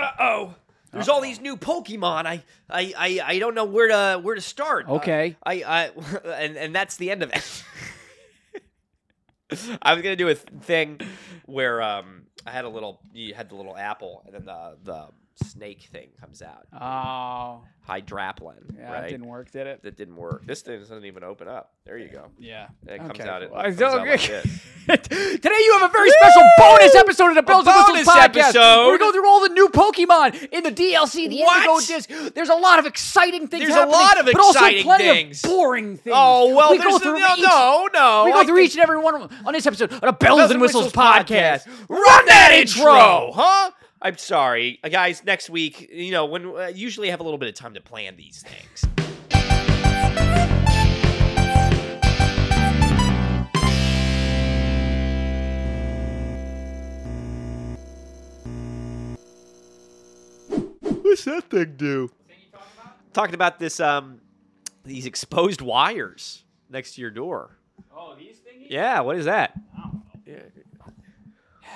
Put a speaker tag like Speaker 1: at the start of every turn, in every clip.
Speaker 1: oh. There's all these new Pokemon. I, I, I, I don't know where to where to start. Uh,
Speaker 2: Okay.
Speaker 1: I, I and and that's the end of it. I was gonna do a th- thing where um I had a little you had the little apple and then the the snake thing comes out.
Speaker 2: Oh,
Speaker 1: Hydraplin,
Speaker 2: yeah, it
Speaker 1: right?
Speaker 2: didn't work, did it?
Speaker 1: that didn't work. This thing doesn't even open up. There you go.
Speaker 2: Yeah.
Speaker 1: And it comes
Speaker 2: Okay.
Speaker 1: out. It
Speaker 2: Well, I
Speaker 1: comes
Speaker 2: don't-
Speaker 1: out like this.
Speaker 2: Today you have a very special bonus episode of the Bells and Whistles
Speaker 1: bonus
Speaker 2: podcast.
Speaker 1: episode?
Speaker 2: We're going through all the new Pokemon in the DLC, the
Speaker 1: What?
Speaker 2: Indigo Disc. There's a lot of exciting things.
Speaker 1: There's a
Speaker 2: happening,
Speaker 1: lot of
Speaker 2: but also
Speaker 1: exciting
Speaker 2: plenty
Speaker 1: things.
Speaker 2: Of boring things.
Speaker 1: Oh well,
Speaker 2: we
Speaker 1: there's
Speaker 2: go through
Speaker 1: no,
Speaker 2: each,
Speaker 1: no, no.
Speaker 2: We
Speaker 1: I
Speaker 2: go through
Speaker 1: think-
Speaker 2: each and every one of them on this episode of the Bells, and Whistles, podcast.
Speaker 1: Run that intro,
Speaker 2: intro.
Speaker 1: huh? I'm sorry, Uh, guys. Next week, you know, when uh, usually have a little bit of time to plan these things. What's that thing do? Talking about this, um, these exposed wires next to your door.
Speaker 2: Oh, these things.
Speaker 1: Yeah, what is that? Yeah.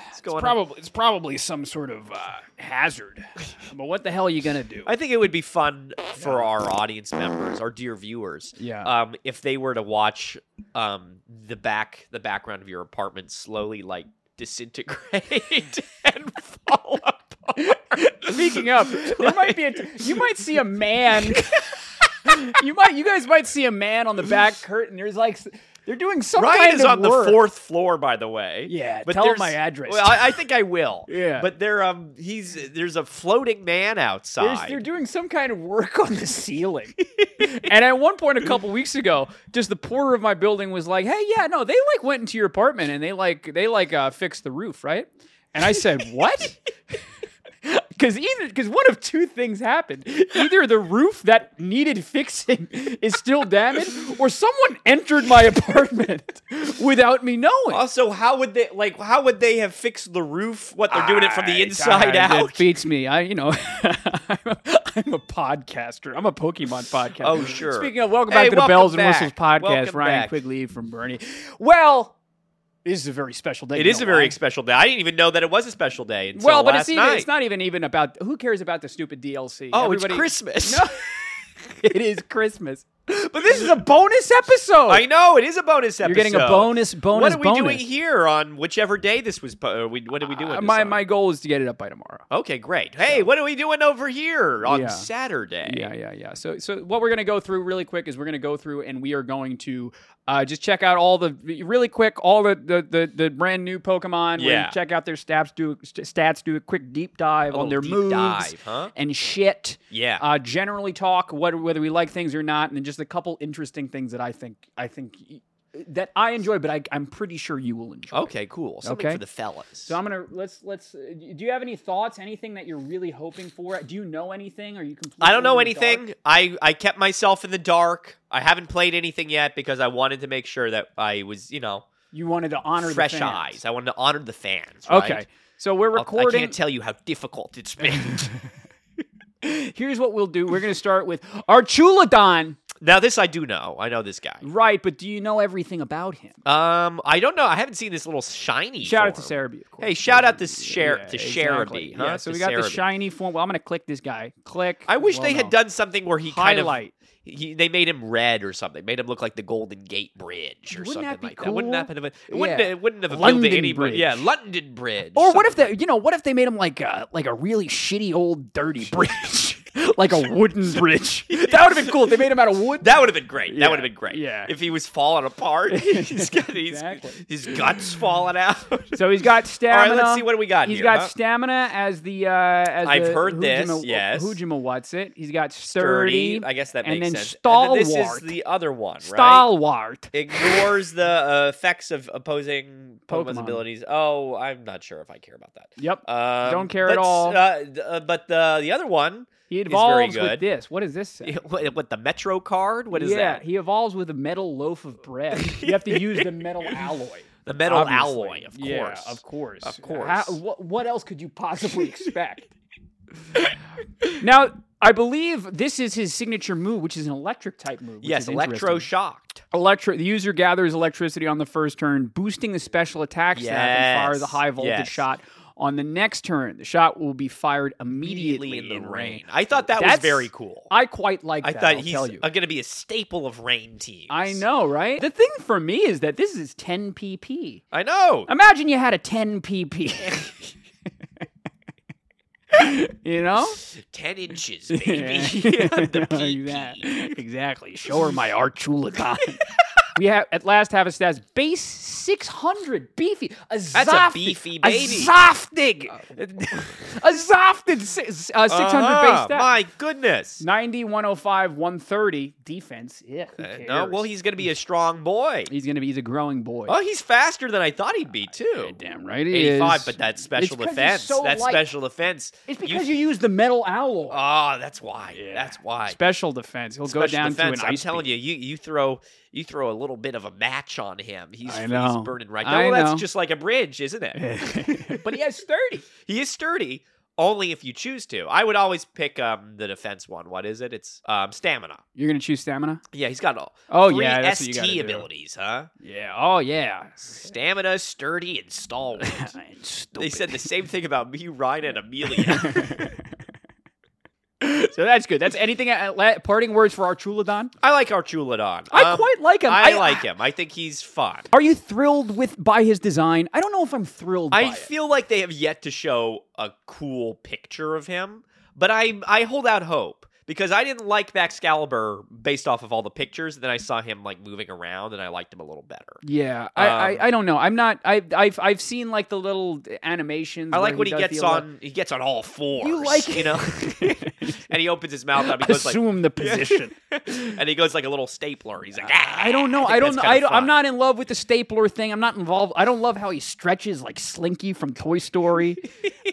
Speaker 1: What's going on?
Speaker 2: Probably it's probably some sort of uh, hazard. but what the hell are you gonna do?
Speaker 1: I think it would be fun for our audience members, our dear viewers,
Speaker 2: Yeah.
Speaker 1: um, if they were to watch um, the back, the background of your apartment slowly like disintegrate and fall apart.
Speaker 2: Speaking of, there might be a t- you might see a man. you might you guys might see a man on the back curtain. There's like s- they're doing some
Speaker 1: Ryan
Speaker 2: kind
Speaker 1: is
Speaker 2: of
Speaker 1: on
Speaker 2: work.
Speaker 1: the fourth floor, by the way.
Speaker 2: Yeah, tell him
Speaker 1: there's-
Speaker 2: my address.
Speaker 1: Well, I, I think I will.
Speaker 2: Yeah.
Speaker 1: but there, um, he's there's a floating man
Speaker 2: There's-
Speaker 1: outside.
Speaker 2: they're doing some kind of work on the ceiling. and at one point a couple weeks ago, just the porter of my building was like, "Hey, yeah, no, they like went into your apartment and they like they like uh, fixed the roof, right?" And I said, "What?" Because either because one of two things happened: either the roof that needed fixing is still damaged, or someone entered my apartment without me knowing.
Speaker 1: Also, how would they like? How would they have fixed the roof? What they're doing it from the
Speaker 2: I-
Speaker 1: inside
Speaker 2: God,
Speaker 1: out.
Speaker 2: It beats me. I, you know, I'm, a, I'm a podcaster. I'm a Pokemon podcaster.
Speaker 1: Oh, sure.
Speaker 2: Speaking of, welcome
Speaker 1: Hey,
Speaker 2: back to the
Speaker 1: welcome
Speaker 2: Bells and
Speaker 1: back.
Speaker 2: Whistles podcast.
Speaker 1: Welcome
Speaker 2: Ryan
Speaker 1: back.
Speaker 2: Quigley from Bernie. Well, this is a very special day.
Speaker 1: It
Speaker 2: you
Speaker 1: is a
Speaker 2: know
Speaker 1: very
Speaker 2: why?
Speaker 1: special day. I didn't even know that it was a special day until
Speaker 2: well, but
Speaker 1: last
Speaker 2: it's even,
Speaker 1: night.
Speaker 2: it's not even even about who cares about the stupid DLC.
Speaker 1: oh,
Speaker 2: Everybody-
Speaker 1: it's Christmas.
Speaker 2: No, it is Christmas. But this is a bonus episode.
Speaker 1: I know it is a bonus episode.
Speaker 2: You're getting a bonus, bonus,
Speaker 1: What are we
Speaker 2: bonus.
Speaker 1: doing here on whichever day this was? Po- uh, we, what are we doing?
Speaker 2: Uh,
Speaker 1: this
Speaker 2: my
Speaker 1: on?
Speaker 2: my goal is to get it up by tomorrow.
Speaker 1: Okay, great. Hey, what are we doing over here on
Speaker 2: Yeah.
Speaker 1: Saturday?
Speaker 2: Yeah, yeah, yeah. So, so what we're gonna go through really quick is we're gonna go through and we are going to uh, just check out all the really quick all the the the, the brand new Pokemon. We're gonna
Speaker 1: Yeah.
Speaker 2: check out their stats, do st- stats, do a quick deep dive
Speaker 1: A
Speaker 2: on their
Speaker 1: little deep
Speaker 2: moves
Speaker 1: dive, huh?
Speaker 2: and shit.
Speaker 1: Yeah.
Speaker 2: Uh, generally talk what whether we like things or not, and then just a couple interesting things that I think I think y- that I enjoy, but I, I'm pretty sure you will enjoy.
Speaker 1: Okay, cool. Something
Speaker 2: Okay.
Speaker 1: for the fellas.
Speaker 2: So I'm gonna let's let's. uh, Do you have any thoughts? Anything that you're really hoping for? Do you know anything? Are you completely?
Speaker 1: I don't know
Speaker 2: in the dark?
Speaker 1: anything. I, I kept myself in the dark. I haven't played anything yet because I wanted to make sure that I was, you know,
Speaker 2: You wanted to honor the
Speaker 1: fresh
Speaker 2: fans.
Speaker 1: eyes. I wanted to honor the fans. right?
Speaker 2: Okay, so we're
Speaker 1: I'll- I
Speaker 2: recording.
Speaker 1: can't tell you how difficult it's been.
Speaker 2: Here's what we'll do. We're gonna start with Archuladon,
Speaker 1: now this I do know. I know this guy.
Speaker 2: right? But do you know everything about him?
Speaker 1: Um, I don't know. I haven't seen this little shiny.
Speaker 2: Shout out to
Speaker 1: form.
Speaker 2: Cerebi, of course.
Speaker 1: Hey, shout out to Sher
Speaker 2: Yeah,
Speaker 1: to
Speaker 2: exactly.
Speaker 1: Cherubi. Huh?
Speaker 2: Yeah, so
Speaker 1: To
Speaker 2: we got the
Speaker 1: Cerebi.
Speaker 2: shiny form. Well, I'm gonna click this guy. Click.
Speaker 1: I wish
Speaker 2: Well,
Speaker 1: they had
Speaker 2: no.
Speaker 1: done something where he kind of
Speaker 2: highlight.
Speaker 1: he, they made him red or something, made him look like the Golden Gate Bridge or
Speaker 2: Wouldn't
Speaker 1: something
Speaker 2: that be
Speaker 1: like that. Wouldn't that have
Speaker 2: cool?
Speaker 1: been, it wouldn't
Speaker 2: Yeah.
Speaker 1: it wouldn't have appealed to
Speaker 2: London
Speaker 1: anybody.
Speaker 2: Bridge.
Speaker 1: Yeah, London Bridge.
Speaker 2: Or what if
Speaker 1: something
Speaker 2: they, you know, what if they made him like a like a really shitty old dirty bridge, like a wooden bridge? That would have been cool. if They made him out of wood.
Speaker 1: that would have been great.
Speaker 2: Yeah,
Speaker 1: That would have been great.
Speaker 2: yeah.
Speaker 1: If he was falling apart, he's got his,
Speaker 2: Exactly.
Speaker 1: his guts falling out.
Speaker 2: So he's got
Speaker 1: right,
Speaker 2: stamina.
Speaker 1: let's see what do we got
Speaker 2: He's
Speaker 1: here,
Speaker 2: got
Speaker 1: huh?
Speaker 2: stamina as the. Uh, as
Speaker 1: I've
Speaker 2: the
Speaker 1: heard this,
Speaker 2: Hujima-
Speaker 1: yes.
Speaker 2: Hujima what's it? He's got sturdy.
Speaker 1: Sturdy. I guess that
Speaker 2: and
Speaker 1: makes
Speaker 2: then
Speaker 1: sense.
Speaker 2: Stalwart.
Speaker 1: And then this is the other one, right?
Speaker 2: stalwart.
Speaker 1: ignores the uh, effects of opposing Pokemon's
Speaker 2: Pokemon.
Speaker 1: abilities. Oh, I'm not sure if I care about that.
Speaker 2: Yep.
Speaker 1: Um,
Speaker 2: Don't care at
Speaker 1: let's,
Speaker 2: all.
Speaker 1: Uh, d- uh, but the the other one,
Speaker 2: he
Speaker 1: very
Speaker 2: evolves
Speaker 1: good.
Speaker 2: with this. What does this say?
Speaker 1: what, what the Metro card? What is
Speaker 2: yeah,
Speaker 1: that?
Speaker 2: he evolves with a metal loaf of bread. you have to use the metal alloy.
Speaker 1: The metal
Speaker 2: obviously.
Speaker 1: alloy, of course.
Speaker 2: Yeah, of course,
Speaker 1: Of course.
Speaker 2: How- what, what else could you possibly expect? now, I believe this is his signature move, which is an electric type move. which
Speaker 1: yes,
Speaker 2: is interesting.
Speaker 1: electro shocked.
Speaker 2: Electro. The user gathers electricity on the first turn, boosting the special attack stat and fires a
Speaker 1: Yes,
Speaker 2: high voltage
Speaker 1: yes.
Speaker 2: shot On the next turn, the shot will be fired immediately,
Speaker 1: Immediately in the
Speaker 2: rain.
Speaker 1: rain. I thought that
Speaker 2: That's-
Speaker 1: was very cool.
Speaker 2: I quite like
Speaker 1: I
Speaker 2: that.
Speaker 1: thought
Speaker 2: I'll
Speaker 1: he's
Speaker 2: tell you.
Speaker 1: going to be a staple of rain teams.
Speaker 2: I know, right? The thing for me is that this is 10 pp.
Speaker 1: I know.
Speaker 2: Imagine you had a 10 pp. you know?
Speaker 1: 10 inches, baby.
Speaker 2: Yeah.
Speaker 1: the
Speaker 2: Like that.
Speaker 1: PP.
Speaker 2: Exactly. Show her my Archuleta. we have at last have a stats base 600 beefy. A
Speaker 1: That's a
Speaker 2: Zoftig.
Speaker 1: beefy
Speaker 2: A
Speaker 1: baby. Uh,
Speaker 2: Zoftig. a Zoftig si- uh, 600
Speaker 1: Uh-huh,
Speaker 2: base stat.
Speaker 1: My goodness.
Speaker 2: 90, 105, 130 defense. Yeah. who
Speaker 1: Uh, no, well,
Speaker 2: cares?
Speaker 1: he's going to be a strong boy.
Speaker 2: he's going to be he's a growing boy.
Speaker 1: Oh, he's faster than I thought he'd be,
Speaker 2: Yeah,
Speaker 1: too.
Speaker 2: damn right he
Speaker 1: 85,
Speaker 2: is.
Speaker 1: but that
Speaker 2: It's
Speaker 1: special
Speaker 2: 'cause he's
Speaker 1: defense.
Speaker 2: so
Speaker 1: that
Speaker 2: light.
Speaker 1: special defense.
Speaker 2: it's because you, use the metal alloy.
Speaker 1: Oh, that's why.
Speaker 2: Yeah.
Speaker 1: That's why.
Speaker 2: Special defense. He'll go
Speaker 1: Special
Speaker 2: down
Speaker 1: defense.
Speaker 2: to an
Speaker 1: I'm
Speaker 2: ice
Speaker 1: telling
Speaker 2: beam.
Speaker 1: you, you you throw you throw a little bit of a match on him. He's,
Speaker 2: I
Speaker 1: he's
Speaker 2: know.
Speaker 1: burning right
Speaker 2: I
Speaker 1: down. Well,
Speaker 2: know.
Speaker 1: that's just like a bridge, isn't it?
Speaker 2: but he has 30.
Speaker 1: he is sturdy only if you choose to. I would always pick um the defense one. What is it? It's um stamina.
Speaker 2: You're going to choose stamina?
Speaker 1: Yeah, he's got all
Speaker 2: Oh,
Speaker 1: three
Speaker 2: yeah. That's
Speaker 1: ST
Speaker 2: what you gotta
Speaker 1: abilities, huh?
Speaker 2: Do. Yeah. Oh, yeah.
Speaker 1: Stamina, sturdy, and stalwart. they
Speaker 2: Stupid.
Speaker 1: said the same thing about me, Ryan, and Amelia.
Speaker 2: so that's good. That's anything. uh, la- Parting words for Archulodon?
Speaker 1: I like Archulodon.
Speaker 2: I uh,
Speaker 1: Um,
Speaker 2: quite like him.
Speaker 1: I, like him. I think he's fun.
Speaker 2: Are you thrilled with by his design? I don't know if I'm thrilled by
Speaker 1: I
Speaker 2: it.
Speaker 1: feel like they have yet to show a cool picture of him, but I I hold out hope because I didn't like Baxcalibur based off of all the pictures. Then I saw him like moving around, and I liked him a little better.
Speaker 2: Yeah, I,
Speaker 1: Um,
Speaker 2: I, I don't know. I'm not. I I've I've seen like the little animations.
Speaker 1: I
Speaker 2: where
Speaker 1: like when he
Speaker 2: does
Speaker 1: gets
Speaker 2: the ele-
Speaker 1: on he gets on all fours.
Speaker 2: You like
Speaker 1: you know, and he opens his mouth up. He goes like,
Speaker 2: Assume the position.
Speaker 1: and he goes like a little stapler. He's like, "Ah."
Speaker 2: I don't know. I,
Speaker 1: think that's
Speaker 2: don't. know.
Speaker 1: kinda
Speaker 2: I don't, I'm
Speaker 1: fun.
Speaker 2: not in love with the stapler thing. I'm not involved. I don't love how he stretches like Slinky from Toy Story.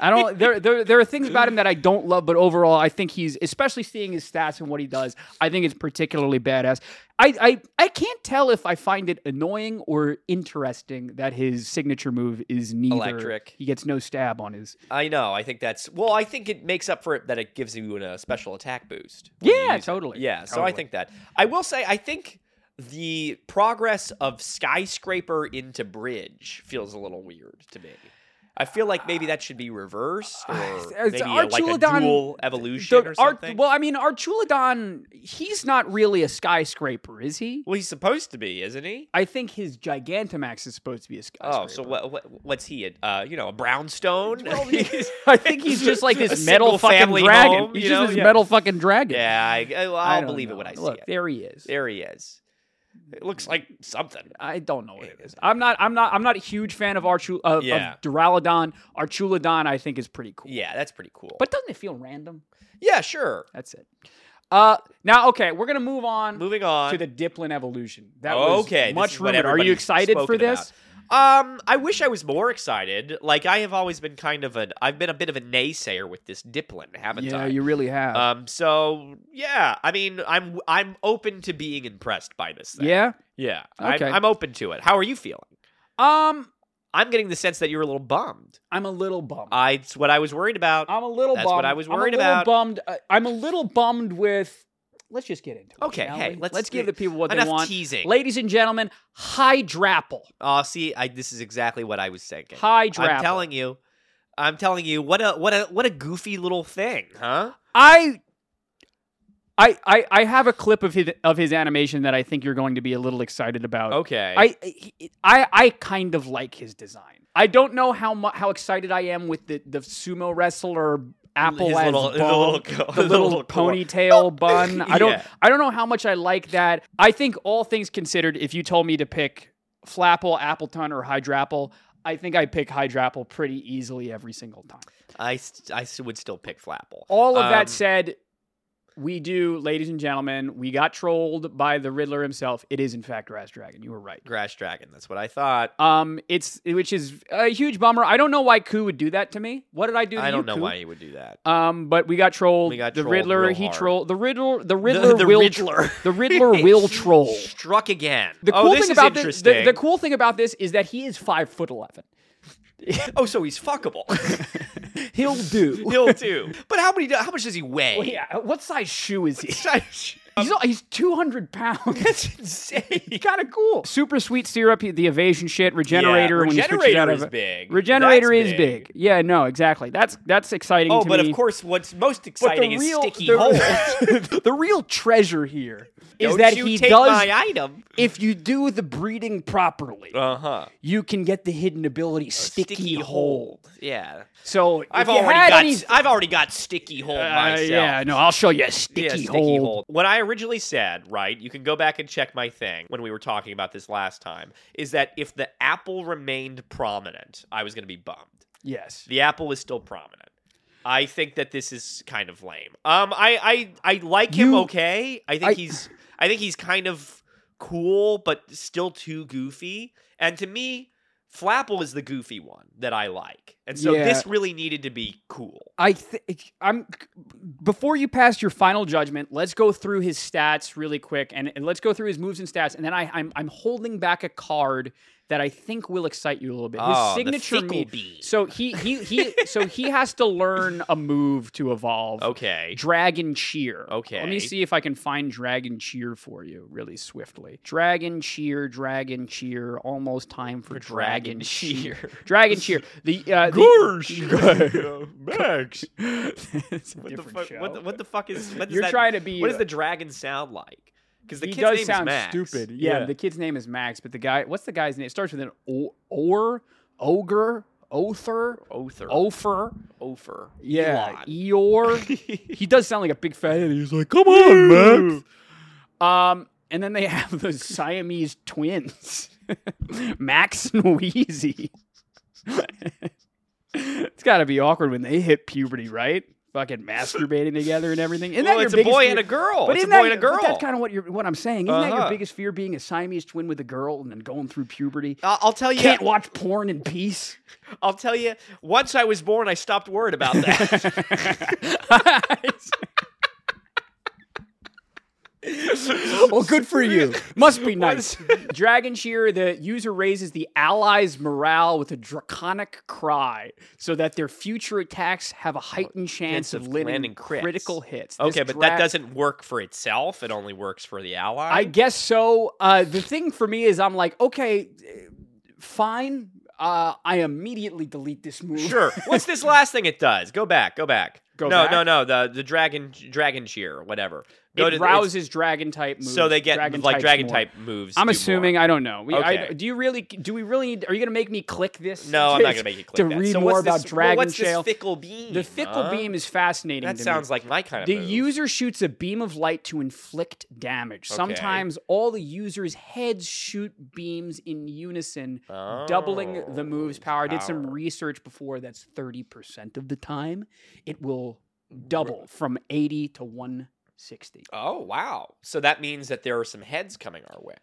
Speaker 2: I don't. There, there there are things about him that I don't love, but overall, I think he's especially seeing his stats and what he does. I think it's particularly badass. I I I can't tell if I find it annoying or interesting that his signature move is neither.
Speaker 1: Electric.
Speaker 2: He gets no stab on his.
Speaker 1: I know. I think that's well. I think it makes up for it that it gives you an, a special attack boost. when you
Speaker 2: Yeah,
Speaker 1: use it.
Speaker 2: totally.
Speaker 1: Yeah. So I
Speaker 2: Totally.
Speaker 1: think that I will say I think the progress of skyscraper into bridge feels a little weird to me. I feel like maybe that should be reversed or maybe
Speaker 2: It's
Speaker 1: a, like a
Speaker 2: Archulodon-
Speaker 1: dual evolution
Speaker 2: The
Speaker 1: or
Speaker 2: Ar-
Speaker 1: something.
Speaker 2: well, I mean, Archulodon, he's not really a skyscraper, is he?
Speaker 1: well, he's supposed to be, isn't he?
Speaker 2: I think his Gigantamax is supposed to be a skyscraper.
Speaker 1: Oh, so what, what? What's he? a- Uh, you know, a brownstone?
Speaker 2: I think he's just like
Speaker 1: A
Speaker 2: this
Speaker 1: single
Speaker 2: metal fucking
Speaker 1: family
Speaker 2: dragon.
Speaker 1: home,
Speaker 2: he's
Speaker 1: you
Speaker 2: just
Speaker 1: know?
Speaker 2: this
Speaker 1: Yeah.
Speaker 2: metal fucking dragon.
Speaker 1: Yeah, I, I- well,
Speaker 2: I
Speaker 1: I'll
Speaker 2: don't
Speaker 1: believe
Speaker 2: know.
Speaker 1: it when I
Speaker 2: Look,
Speaker 1: see it.
Speaker 2: There he is.
Speaker 1: There he is. It looks like something.
Speaker 2: I don't know what it is. I'm not. I'm not. I'm not a huge fan of Archu of,
Speaker 1: Yeah.
Speaker 2: of Duraludon. Archulodon, I think, is pretty cool.
Speaker 1: Yeah, that's pretty cool.
Speaker 2: But doesn't it feel random?
Speaker 1: yeah, sure.
Speaker 2: That's it. Uh, now okay, we're gonna move on
Speaker 1: Moving on
Speaker 2: to the Diplin evolution. That
Speaker 1: okay,
Speaker 2: was
Speaker 1: this
Speaker 2: much
Speaker 1: is what
Speaker 2: rumored. Are you
Speaker 1: everybody's
Speaker 2: excited for
Speaker 1: spoken
Speaker 2: this?
Speaker 1: about. Um, I wish I was more excited. Like I have always been kind of an I've been a bit of a naysayer with this Diplin, haven't
Speaker 2: Yeah,
Speaker 1: I?
Speaker 2: you really have.
Speaker 1: um, so yeah, I mean, I'm I'm open to being impressed by this thing.
Speaker 2: yeah.
Speaker 1: yeah,
Speaker 2: Okay.
Speaker 1: I'm, I'm open to it. How are you feeling?
Speaker 2: Um,
Speaker 1: I'm getting the sense that you're a little bummed.
Speaker 2: I'm a little bummed.
Speaker 1: I, it's what I was worried about.
Speaker 2: I'm a little
Speaker 1: That's
Speaker 2: bummed.
Speaker 1: what I was worried
Speaker 2: I'm a little
Speaker 1: about.
Speaker 2: Bummed. uh, I'm a little bummed with. Let's just get into it.
Speaker 1: Okay,
Speaker 2: shall
Speaker 1: hey,
Speaker 2: we?
Speaker 1: let's-
Speaker 2: let's give the people what
Speaker 1: Enough
Speaker 2: they want.
Speaker 1: teasing.
Speaker 2: Ladies and gentlemen, Hydrapple.
Speaker 1: Oh, see, I, this is exactly what I was thinking.
Speaker 2: Hydrapple.
Speaker 1: I'm telling you, I'm telling you, what a what a what a goofy little thing, huh?
Speaker 2: I, I, I, I have a clip of his of his animation that I think you're going to be a little excited about.
Speaker 1: Okay,
Speaker 2: I, I, I, I kind of like his design. I don't know how mu- how excited I am with the, the sumo wrestler apple
Speaker 1: His
Speaker 2: as
Speaker 1: little-
Speaker 2: bun,
Speaker 1: his little co-
Speaker 2: the
Speaker 1: his
Speaker 2: little,
Speaker 1: little co-
Speaker 2: ponytail bun. I don't
Speaker 1: Yeah.
Speaker 2: I don't know how much I like that. I think all things considered, if you told me to pick Flapple, Appleton, or Hydrapple, I think I pick Hydrapple pretty easily every single time.
Speaker 1: I st- I s- would still pick Flapple.
Speaker 2: All of
Speaker 1: Um,
Speaker 2: that said, we do, ladies and gentlemen, we got trolled by the Riddler himself. It is in fact Razz Dragon. You were right.
Speaker 1: Grass Dragon. That's what I thought.
Speaker 2: Um, it's which is a huge bummer. I don't know why Ku would do that to me. What did I do? To
Speaker 1: I
Speaker 2: you,
Speaker 1: don't know
Speaker 2: Ku?
Speaker 1: why he would do that.
Speaker 2: Um, but we got trolled.
Speaker 1: We got
Speaker 2: the
Speaker 1: trolled
Speaker 2: Riddler.
Speaker 1: real
Speaker 2: He
Speaker 1: hard.
Speaker 2: trolled the Riddler. The Riddler
Speaker 1: the
Speaker 2: will
Speaker 1: Riddler.
Speaker 2: the Riddler will troll.
Speaker 1: Struck again.
Speaker 2: The
Speaker 1: oh,
Speaker 2: cool
Speaker 1: this
Speaker 2: thing
Speaker 1: is
Speaker 2: about this,
Speaker 1: interesting.
Speaker 2: the, the cool thing about this is that he is five foot eleven.
Speaker 1: oh, so he's fuckable.
Speaker 2: He'll do.
Speaker 1: He'll too. But how many? do- How much does he weigh?
Speaker 2: yeah. What size shoe is he?
Speaker 1: I
Speaker 2: He's all, he's 200 pounds.
Speaker 1: That's insane.
Speaker 2: kind of cool. Super sweet syrup, the evasion shit, regenerator.
Speaker 1: Yeah,
Speaker 2: when you switch it
Speaker 1: regenerator
Speaker 2: out
Speaker 1: is
Speaker 2: of,
Speaker 1: big.
Speaker 2: Regenerator
Speaker 1: That's
Speaker 2: is big. Yeah, no, exactly. That's that's exciting.
Speaker 1: Oh,
Speaker 2: to
Speaker 1: but
Speaker 2: me.
Speaker 1: of course, what's most
Speaker 2: But
Speaker 1: exciting is sticky
Speaker 2: the,
Speaker 1: holes.
Speaker 2: the real treasure here is
Speaker 1: Don't
Speaker 2: that
Speaker 1: you
Speaker 2: he
Speaker 1: take
Speaker 2: does.
Speaker 1: my item?
Speaker 2: if you do the breeding properly,
Speaker 1: Uh huh.
Speaker 2: you can get the hidden ability sticky, hold.
Speaker 1: Yeah.
Speaker 2: So if
Speaker 1: I've
Speaker 2: you
Speaker 1: already
Speaker 2: had
Speaker 1: got.
Speaker 2: any-
Speaker 1: s- I've already got sticky hold
Speaker 2: Uh,
Speaker 1: myself.
Speaker 2: yeah, no, I'll show you a sticky,
Speaker 1: Yeah, sticky
Speaker 2: hold.
Speaker 1: hold. What I originally said, right? You can go back and check my thing when we were talking about this last time. Is that if the apple remained prominent, I was going to be bummed.
Speaker 2: Yes.
Speaker 1: The apple is still prominent. I think that this is kind of lame. Um, I I, I like him
Speaker 2: You-
Speaker 1: okay. I think
Speaker 2: I-
Speaker 1: he's I think he's kind of cool, but still too goofy. And to me, Flapple is the goofy one that I like. And so
Speaker 2: Yeah.
Speaker 1: this really needed to be cool.
Speaker 2: I think I'm before you pass your final judgment, let's go through his stats really quick and, and let's go through his moves and stats and then I I'm I'm holding back a card that I think will excite you a little bit. His
Speaker 1: Oh, the
Speaker 2: signature
Speaker 1: fickle
Speaker 2: move.
Speaker 1: bee.
Speaker 2: So he he he so he has to learn a move to evolve.
Speaker 1: Okay.
Speaker 2: Dragon Cheer. Let
Speaker 1: Okay.
Speaker 2: me see if I can find Dragon Cheer for you really swiftly. Dragon Cheer, Dragon Cheer. Almost time for
Speaker 1: Dragon
Speaker 2: Dragon, Cheer.
Speaker 1: Cheer.
Speaker 2: Dragon Cheer. The uh, the,
Speaker 1: Max.
Speaker 2: It's a
Speaker 1: What the,
Speaker 2: different
Speaker 1: fuck,
Speaker 2: show.
Speaker 1: what, the, what the fuck is what is
Speaker 2: You're
Speaker 1: that-
Speaker 2: trying to be. uh,
Speaker 1: what does the dragon sound like? Because the
Speaker 2: he
Speaker 1: kid's
Speaker 2: does
Speaker 1: name
Speaker 2: sound
Speaker 1: is Max.
Speaker 2: stupid. Yeah, the kid's name is Max, but the guy. What's the guy's name? It starts with an o- or, ogre, other,
Speaker 1: Othar.
Speaker 2: ofer.
Speaker 1: Ofer.
Speaker 2: Oh, Yeah,
Speaker 1: Elon.
Speaker 2: Eeyore. he does sound like a big fat idiot. He's like, come on, Max. Um, and then they have those Siamese twins, Max and Wheezy. it's got to be awkward when they hit puberty, right? Fucking masturbating together and everything. Isn't
Speaker 1: well,
Speaker 2: that
Speaker 1: Oh, it's
Speaker 2: your
Speaker 1: a
Speaker 2: biggest
Speaker 1: boy
Speaker 2: fear?
Speaker 1: and a girl.
Speaker 2: But
Speaker 1: it's a
Speaker 2: isn't
Speaker 1: boy and
Speaker 2: that,
Speaker 1: a girl.
Speaker 2: but that's kind of what you're. What I'm saying. Isn't that your
Speaker 1: Uh-huh.
Speaker 2: biggest fear being a Siamese twin with a girl and then going through puberty?
Speaker 1: I- I'll tell you.
Speaker 2: Can't watch porn in peace.
Speaker 1: I'll tell you. Once I was born, I stopped worrying about that.
Speaker 2: well, good for you. Must be nice.
Speaker 1: Once-
Speaker 2: Dragon Shear, the user raises the allies' morale with a draconic cry so that their future attacks have a heightened chance
Speaker 1: chance
Speaker 2: of
Speaker 1: of
Speaker 2: landing
Speaker 1: landing crits.
Speaker 2: critical hits. This
Speaker 1: okay, but
Speaker 2: dra-
Speaker 1: that doesn't work for itself. It only works for the ally.
Speaker 2: I guess so. Uh, the thing for me is, I'm like, okay, eh, fine. Uh, I immediately delete this move.
Speaker 1: sure. What's this last thing it does? Go back. Go back.
Speaker 2: Go
Speaker 1: no,
Speaker 2: back?
Speaker 1: no, no. The the dragon dragon cheer, whatever. Go to
Speaker 2: it
Speaker 1: the- it's-
Speaker 2: rouses dragon type moves.
Speaker 1: so they get like
Speaker 2: types
Speaker 1: dragon
Speaker 2: more.
Speaker 1: type moves.
Speaker 2: I'm
Speaker 1: do
Speaker 2: assuming
Speaker 1: More.
Speaker 2: I don't know. We, I,
Speaker 1: Okay.
Speaker 2: do you really? Do we really? Need, are you going to make me click this?
Speaker 1: No, I'm not gonna make you click
Speaker 2: to
Speaker 1: that.
Speaker 2: read
Speaker 1: so
Speaker 2: more
Speaker 1: what's
Speaker 2: about
Speaker 1: this, well,
Speaker 2: dragon
Speaker 1: what's
Speaker 2: shale.
Speaker 1: this fickle beam?
Speaker 2: the fickle
Speaker 1: huh?
Speaker 2: beam is fascinating.
Speaker 1: That
Speaker 2: to
Speaker 1: sounds
Speaker 2: me.
Speaker 1: like my kind of
Speaker 2: the
Speaker 1: move.
Speaker 2: user shoots a beam of light to inflict damage.
Speaker 1: Okay.
Speaker 2: Sometimes all the user's heads shoot beams in unison, doubling the
Speaker 1: Oh,
Speaker 2: move's power. I did some
Speaker 1: power.
Speaker 2: research before. That's thirty percent of the time. It will double from eighty to one sixty.
Speaker 1: Oh wow! So that means that there are some heads coming our way.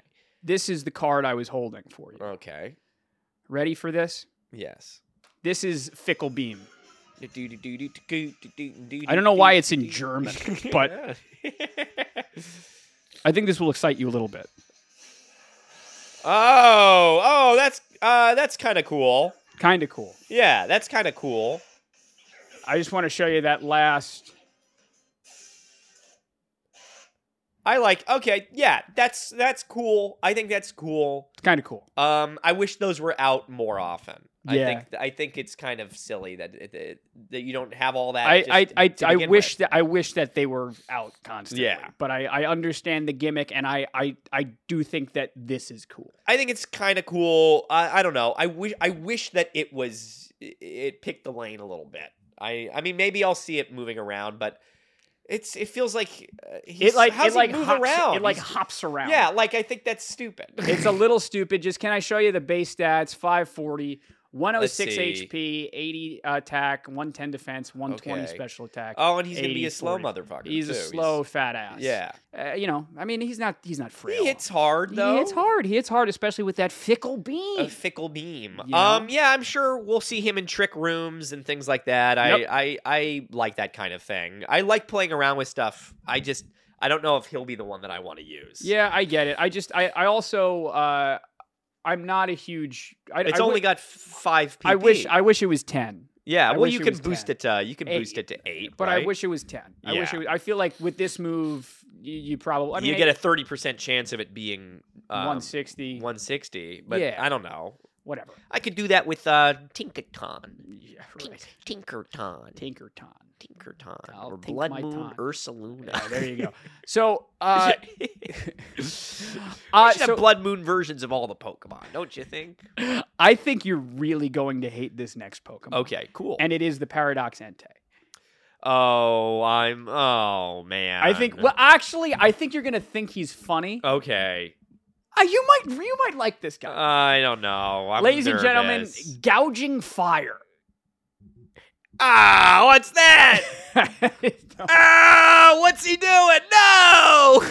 Speaker 2: This is the card I was holding for you.
Speaker 1: Okay.
Speaker 2: Ready for this?
Speaker 1: Yes.
Speaker 2: This is Fickle Beam.
Speaker 1: I
Speaker 2: I don't know why it's in German, but I think this will excite you a little bit.
Speaker 1: oh, oh, that's uh, that's kind of cool.
Speaker 2: Kind of cool.
Speaker 1: Yeah, that's kind of cool.
Speaker 2: I just want to show you that last.
Speaker 1: I like. Okay, yeah, that's that's cool. I think that's cool.
Speaker 2: It's kind of cool.
Speaker 1: Um, I wish those were out more often.
Speaker 2: Yeah.
Speaker 1: I think I think it's kind of silly that it, it, that you don't have all that.
Speaker 2: I
Speaker 1: Uh, just
Speaker 2: I, I,
Speaker 1: to
Speaker 2: I
Speaker 1: begin
Speaker 2: wish
Speaker 1: with.
Speaker 2: that I wish that they were out constantly.
Speaker 1: Yeah.
Speaker 2: But I, I understand the gimmick, and I, I I do think that this is cool.
Speaker 1: I think it's kind of cool. I, I don't know. I wish I wish that it was i- it picked the lane a little bit. I I mean maybe I'll see it moving around, but it's it feels like uh, he's,
Speaker 2: it like
Speaker 1: how's
Speaker 2: it like
Speaker 1: he move
Speaker 2: hops,
Speaker 1: around?
Speaker 2: It like
Speaker 1: He's-
Speaker 2: hops around.
Speaker 1: yeah, like I think that's stupid.
Speaker 2: It's a little stupid. Just can I show you the base stats? 540, 106
Speaker 1: Let's see.
Speaker 2: HP, 80 uh, attack, 110 defense, 120
Speaker 1: Okay.
Speaker 2: special attack.
Speaker 1: oh, and he's gonna be
Speaker 2: 80,
Speaker 1: a slow
Speaker 2: 40.
Speaker 1: motherfucker.
Speaker 2: He's
Speaker 1: too.
Speaker 2: a slow fat ass.
Speaker 1: yeah,
Speaker 2: Uh, you know, I mean, he's not he's not frail.
Speaker 1: he hits hard though.
Speaker 2: He hits hard. He hits hard, especially with that fickle beam.
Speaker 1: A fickle beam.
Speaker 2: You know?
Speaker 1: Um, yeah, I'm sure we'll see him in trick rooms and things like that. I,
Speaker 2: Yep.
Speaker 1: I, I like that kind of thing. I like playing around with stuff. I just, I don't know if he'll be the one that I want to use.
Speaker 2: yeah, I get it. I just I I also uh, I'm not a huge. I,
Speaker 1: it's
Speaker 2: I
Speaker 1: only
Speaker 2: wi-
Speaker 1: got f- five PP.
Speaker 2: I wish I wish it was ten,
Speaker 1: yeah.
Speaker 2: I
Speaker 1: well,
Speaker 2: wish
Speaker 1: you
Speaker 2: it
Speaker 1: can
Speaker 2: was
Speaker 1: boost
Speaker 2: 10.
Speaker 1: it. Uh, you can
Speaker 2: Eight.
Speaker 1: boost it to eight.
Speaker 2: but I
Speaker 1: right?
Speaker 2: wish it was ten. I wish
Speaker 1: Yeah.
Speaker 2: it was, I feel like with this move, you, you probably I mean,
Speaker 1: you get a thirty percent chance of it being um,
Speaker 2: 160,
Speaker 1: 160, But
Speaker 2: Yeah.
Speaker 1: I don't know.
Speaker 2: whatever.
Speaker 1: I could do that with uh, Tinkerton,
Speaker 2: Yeah,
Speaker 1: Tink-
Speaker 2: right.
Speaker 1: Tinkerton,
Speaker 2: Tinkerton.
Speaker 1: Tinkerton,
Speaker 2: I'll
Speaker 1: or
Speaker 2: tink
Speaker 1: Blood
Speaker 2: my
Speaker 1: Moon
Speaker 2: ton.
Speaker 1: Ursaluna.
Speaker 2: Yeah, there you go. So, uh,
Speaker 1: I
Speaker 2: uh,
Speaker 1: should have
Speaker 2: so
Speaker 1: Blood Moon versions of all the Pokemon, don't you think?
Speaker 2: I think you're really going to hate this next Pokemon.
Speaker 1: Okay, cool.
Speaker 2: And it is the Paradox Entei.
Speaker 1: oh, I'm. Oh man.
Speaker 2: I think. Well, actually, I think you're gonna think he's funny.
Speaker 1: Okay.
Speaker 2: Uh, you might. You might like this guy.
Speaker 1: I don't know. uh, I'm
Speaker 2: Ladies and gentlemen,
Speaker 1: nervous.
Speaker 2: gouging fire.
Speaker 1: Ah, what's that? Ah, what's he doing? No!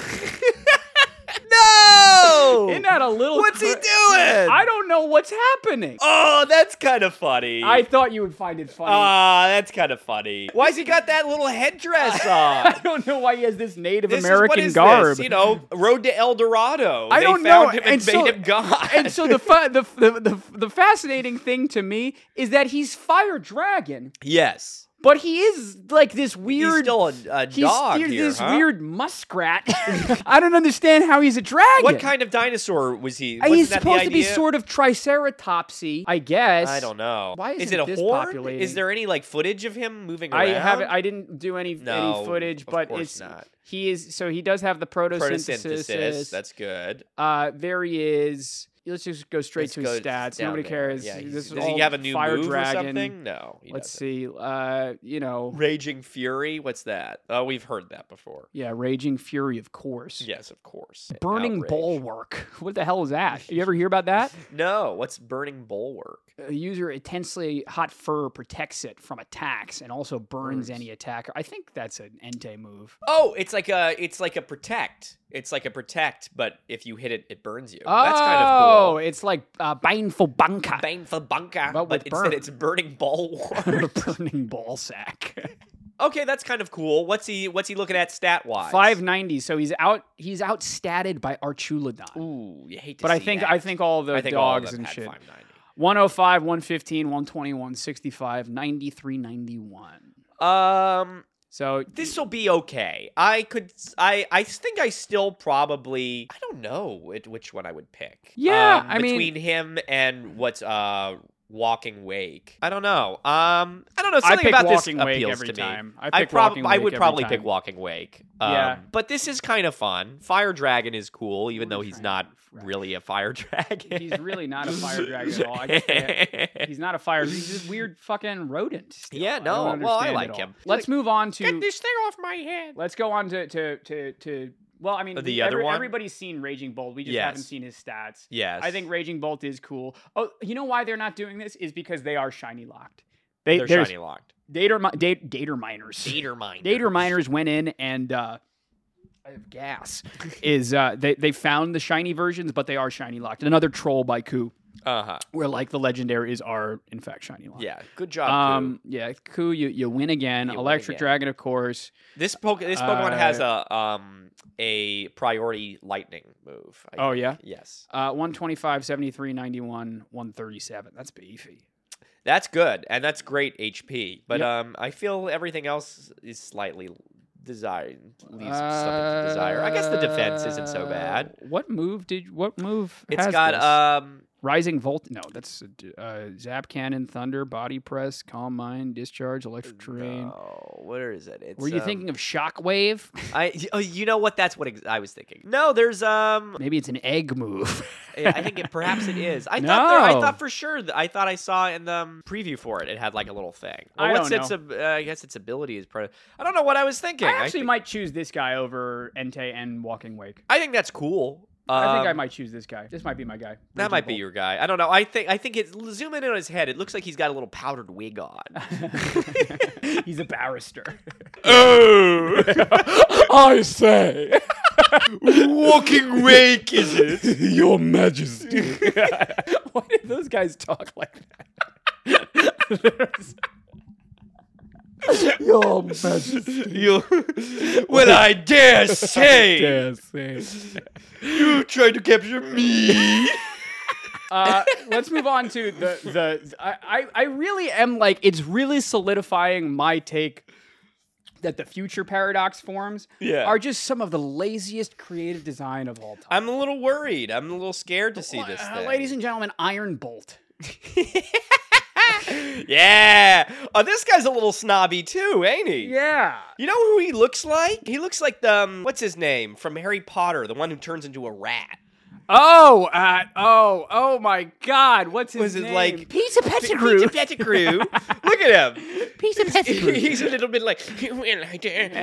Speaker 1: no!
Speaker 2: Isn't that a little?
Speaker 1: Oh. what's he
Speaker 2: cra-
Speaker 1: doing?
Speaker 2: I don't know what's happening.
Speaker 1: Oh, that's kind of funny.
Speaker 2: I thought you would find it funny.
Speaker 1: Ah, that's kind of funny. Why's he got that little headdress on?
Speaker 2: I don't know why he has this Native
Speaker 1: uh, This is-
Speaker 2: American
Speaker 1: what is this?
Speaker 2: garb.
Speaker 1: You know, Road to El Dorado.
Speaker 2: I
Speaker 1: They
Speaker 2: don't
Speaker 1: found
Speaker 2: know,
Speaker 1: Him and,
Speaker 2: and so-
Speaker 1: made him God.
Speaker 2: and so the, fa- the, the the the fascinating thing to me is that he's fire dragon,
Speaker 1: yes,
Speaker 2: but he is like this
Speaker 1: he's
Speaker 2: weird.
Speaker 1: still a, a
Speaker 2: he's
Speaker 1: dog here,
Speaker 2: still this
Speaker 1: huh?
Speaker 2: weird muskrat. I don't understand how he's a dragon.
Speaker 1: What kind of dinosaur was he?
Speaker 2: Uh,
Speaker 1: Wasn't
Speaker 2: he's
Speaker 1: that
Speaker 2: supposed
Speaker 1: the
Speaker 2: to be
Speaker 1: idea?
Speaker 2: sort of triceratopsy, I guess.
Speaker 1: I don't know.
Speaker 2: Why
Speaker 1: is
Speaker 2: isn't
Speaker 1: it a
Speaker 2: this
Speaker 1: horn?
Speaker 2: populating?
Speaker 1: Is there any like footage of him moving
Speaker 2: I
Speaker 1: around?
Speaker 2: haven't. I didn't do any
Speaker 1: No,
Speaker 2: any footage,
Speaker 1: of
Speaker 2: but
Speaker 1: course
Speaker 2: it's
Speaker 1: not.
Speaker 2: he is so he does have the photosynthesis.
Speaker 1: Photosynthesis. That's good.
Speaker 2: uh, there he is. Let's just go straight
Speaker 1: Let's
Speaker 2: to his
Speaker 1: go
Speaker 2: stats.
Speaker 1: down
Speaker 2: Nobody
Speaker 1: there.
Speaker 2: cares.
Speaker 1: Yeah, he's-
Speaker 2: this is
Speaker 1: does
Speaker 2: all
Speaker 1: he have a new
Speaker 2: fire
Speaker 1: move
Speaker 2: dragon.
Speaker 1: or something? No. he
Speaker 2: Let's
Speaker 1: doesn't.
Speaker 2: see. Uh, you know,
Speaker 1: Raging Fury. What's that? Oh, we've heard that before.
Speaker 2: yeah, raging fury, of course.
Speaker 1: Yes, of course.
Speaker 2: Burning
Speaker 1: Outrage.
Speaker 2: bulwark. What the hell is that? You ever hear about that?
Speaker 1: No, what's burning bulwark?
Speaker 2: A user intensely hot fur protects it from attacks and also burns
Speaker 1: Burns.
Speaker 2: any attacker. I think that's an Entei move.
Speaker 1: Oh, it's like a it's like a protect. It's like a protect, but if you hit it, it burns you. That's kind of
Speaker 2: Oh,
Speaker 1: cool.
Speaker 2: it's like uh, Baneful Bunka.
Speaker 1: Bang for bunker,
Speaker 2: But
Speaker 1: but,
Speaker 2: with
Speaker 1: instead
Speaker 2: burn.
Speaker 1: it's burning bulwark.
Speaker 2: burning ball sack.
Speaker 1: okay, that's kind of cool. What's he what's he looking at stat wise?
Speaker 2: Five ninety. So he's out. He's outstatted by Archulodon.
Speaker 1: Ooh, you hate to
Speaker 2: But I
Speaker 1: see
Speaker 2: think
Speaker 1: that.
Speaker 2: I think all the
Speaker 1: I think all of
Speaker 2: dogs
Speaker 1: them
Speaker 2: and
Speaker 1: had
Speaker 2: shit.
Speaker 1: 590.
Speaker 2: 105, 115, 120, 165, 93, 91.
Speaker 1: Um
Speaker 2: So
Speaker 1: this will be okay. I could. I. I think I still probably. I don't know which, which one I would pick.
Speaker 2: Yeah,
Speaker 1: Um,
Speaker 2: I mean-
Speaker 1: between him and what's uh walking wake. I don't know. Um, I don't know.
Speaker 2: I
Speaker 1: Something
Speaker 2: pick
Speaker 1: about
Speaker 2: walking
Speaker 1: this
Speaker 2: wake
Speaker 1: appeals
Speaker 2: every
Speaker 1: to me.
Speaker 2: time. I pick
Speaker 1: I probably.
Speaker 2: walking
Speaker 1: I
Speaker 2: wake
Speaker 1: would
Speaker 2: every
Speaker 1: probably
Speaker 2: time.
Speaker 1: pick walking wake. Um,
Speaker 2: Yeah.
Speaker 1: But this is kind of fun. Fire dragon is cool, even though he's
Speaker 2: Fire
Speaker 1: not
Speaker 2: dragon.
Speaker 1: really a fire dragon.
Speaker 2: He's really not a fire dragon at all. I can't. He's not a fire. He's this weird fucking rodent. still.
Speaker 1: Yeah,
Speaker 2: don't
Speaker 1: no, well, I
Speaker 2: understand it
Speaker 1: like
Speaker 2: all.
Speaker 1: him.
Speaker 2: Let's move on
Speaker 1: Get
Speaker 2: to.
Speaker 1: this thing off my head.
Speaker 2: Let's go on to to to to. Well, I mean,
Speaker 1: The
Speaker 2: we-
Speaker 1: other one?
Speaker 2: Everybody's seen Raging Bolt. We just
Speaker 1: Yes.
Speaker 2: haven't seen his stats.
Speaker 1: Yes.
Speaker 2: I think Raging Bolt is cool. Oh, you know why they're not doing this is because they are shiny locked. They
Speaker 1: they're
Speaker 2: there's
Speaker 1: shiny locked.
Speaker 2: Dater mi- dat- dater miners.
Speaker 1: Dater mine.
Speaker 2: Dater miners went in and uh, gas is uh, they they found the shiny versions, but they are shiny locked. Another troll by Ku,
Speaker 1: Uh huh.
Speaker 2: where like the legendaries are in fact shiny locked.
Speaker 1: Yeah. Good job. Koo.
Speaker 2: Um. Yeah. Ku, you you win again.
Speaker 1: You win
Speaker 2: Electric
Speaker 1: again.
Speaker 2: Dragon, of course.
Speaker 1: This poke this Pokemon
Speaker 2: Uh,
Speaker 1: has a um a priority lightning move. I
Speaker 2: Oh
Speaker 1: think.
Speaker 2: yeah.
Speaker 1: Yes.
Speaker 2: Uh, 125, 73, 91, 137. That's beefy.
Speaker 1: That's good and that's great HP. But
Speaker 2: Yep.
Speaker 1: um I feel everything else is slightly desired leaves some stuff to desire. I guess the defense isn't so
Speaker 2: Uh,
Speaker 1: bad.
Speaker 2: What move did what move?
Speaker 1: It's
Speaker 2: has
Speaker 1: got
Speaker 2: this?
Speaker 1: um
Speaker 2: Rising Volt. No, that's a d- uh, Zap Cannon, Thunder, Body Press, Calm Mind, Discharge, Electric Terrain.
Speaker 1: no, where is it? It's,
Speaker 2: Were you
Speaker 1: um,
Speaker 2: thinking of Shockwave?
Speaker 1: I oh, you know what? That's what ex- I was thinking. No, there's um.
Speaker 2: Maybe it's an egg move.
Speaker 1: yeah, I think it, perhaps it is. I thought there, I
Speaker 2: No.
Speaker 1: thought for sure. th- I thought I saw in the um, preview for it. It had like a little thing. Or
Speaker 2: I
Speaker 1: what's
Speaker 2: don't
Speaker 1: its
Speaker 2: know.
Speaker 1: ab- uh, I guess its ability is part. Of, I don't know what I was thinking.
Speaker 2: I actually
Speaker 1: think,
Speaker 2: might choose this guy over Entei and Walking Wake.
Speaker 1: I think that's cool.
Speaker 2: I think I
Speaker 1: Um,
Speaker 2: might choose this guy. This might be my guy.
Speaker 1: That might be your guy. I don't know. I think I think it's zoom in on his head. It looks like he's got a little powdered wig on.
Speaker 2: your. He's a barrister.
Speaker 1: oh,
Speaker 2: I say,
Speaker 1: walking wake is it?
Speaker 2: Your Majesty. Why did those guys talk like that? Your Majesty.
Speaker 1: You, well, I dare say you tried to capture me.
Speaker 2: Uh, let's move on to the the. I I I really am like it's really solidifying my take that the future paradox forms
Speaker 1: Yeah.
Speaker 2: are just some of the laziest creative design of all time.
Speaker 1: I'm a little worried. I'm a little scared to see this.
Speaker 2: Uh,
Speaker 1: thing.
Speaker 2: ladies and gentlemen, Iron Bolt.
Speaker 1: yeah. Oh, this guy's a little snobby too, ain't he?
Speaker 2: Yeah.
Speaker 1: You know who he looks like? He looks like the um, what's his name from Harry Potter, the one who turns into a rat.
Speaker 2: Oh, uh, oh, oh my God! What's his
Speaker 1: Was it
Speaker 2: name?
Speaker 1: like-
Speaker 2: Pizza
Speaker 1: Peter
Speaker 2: Pettigrew?
Speaker 1: Pettigrew. Look at him.
Speaker 3: Pizza Pettigrew.
Speaker 1: He's a little bit like, well, I dare.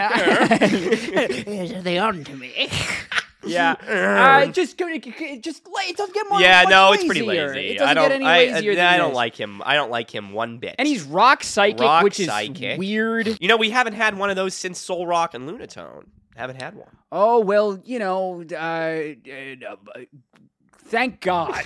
Speaker 3: Are they on to me?
Speaker 2: yeah. Uh, just, go- it- it just, la- it doesn't get more.
Speaker 1: yeah,
Speaker 2: much
Speaker 1: no, it's pretty
Speaker 2: lazier.
Speaker 1: lazy.
Speaker 2: It doesn't
Speaker 1: I don't.
Speaker 2: get any
Speaker 1: I,
Speaker 2: lazier
Speaker 1: I,
Speaker 2: than
Speaker 1: I don't
Speaker 2: this.
Speaker 1: like him. I don't like him one bit.
Speaker 2: And he's rock psychic,
Speaker 1: Rock
Speaker 2: which
Speaker 1: psychic.
Speaker 2: is weird.
Speaker 1: You know, we haven't had one of those since Soul Rock and Lunatone. Haven't had one.
Speaker 2: Oh well, you know. Uh, uh, uh, thank God.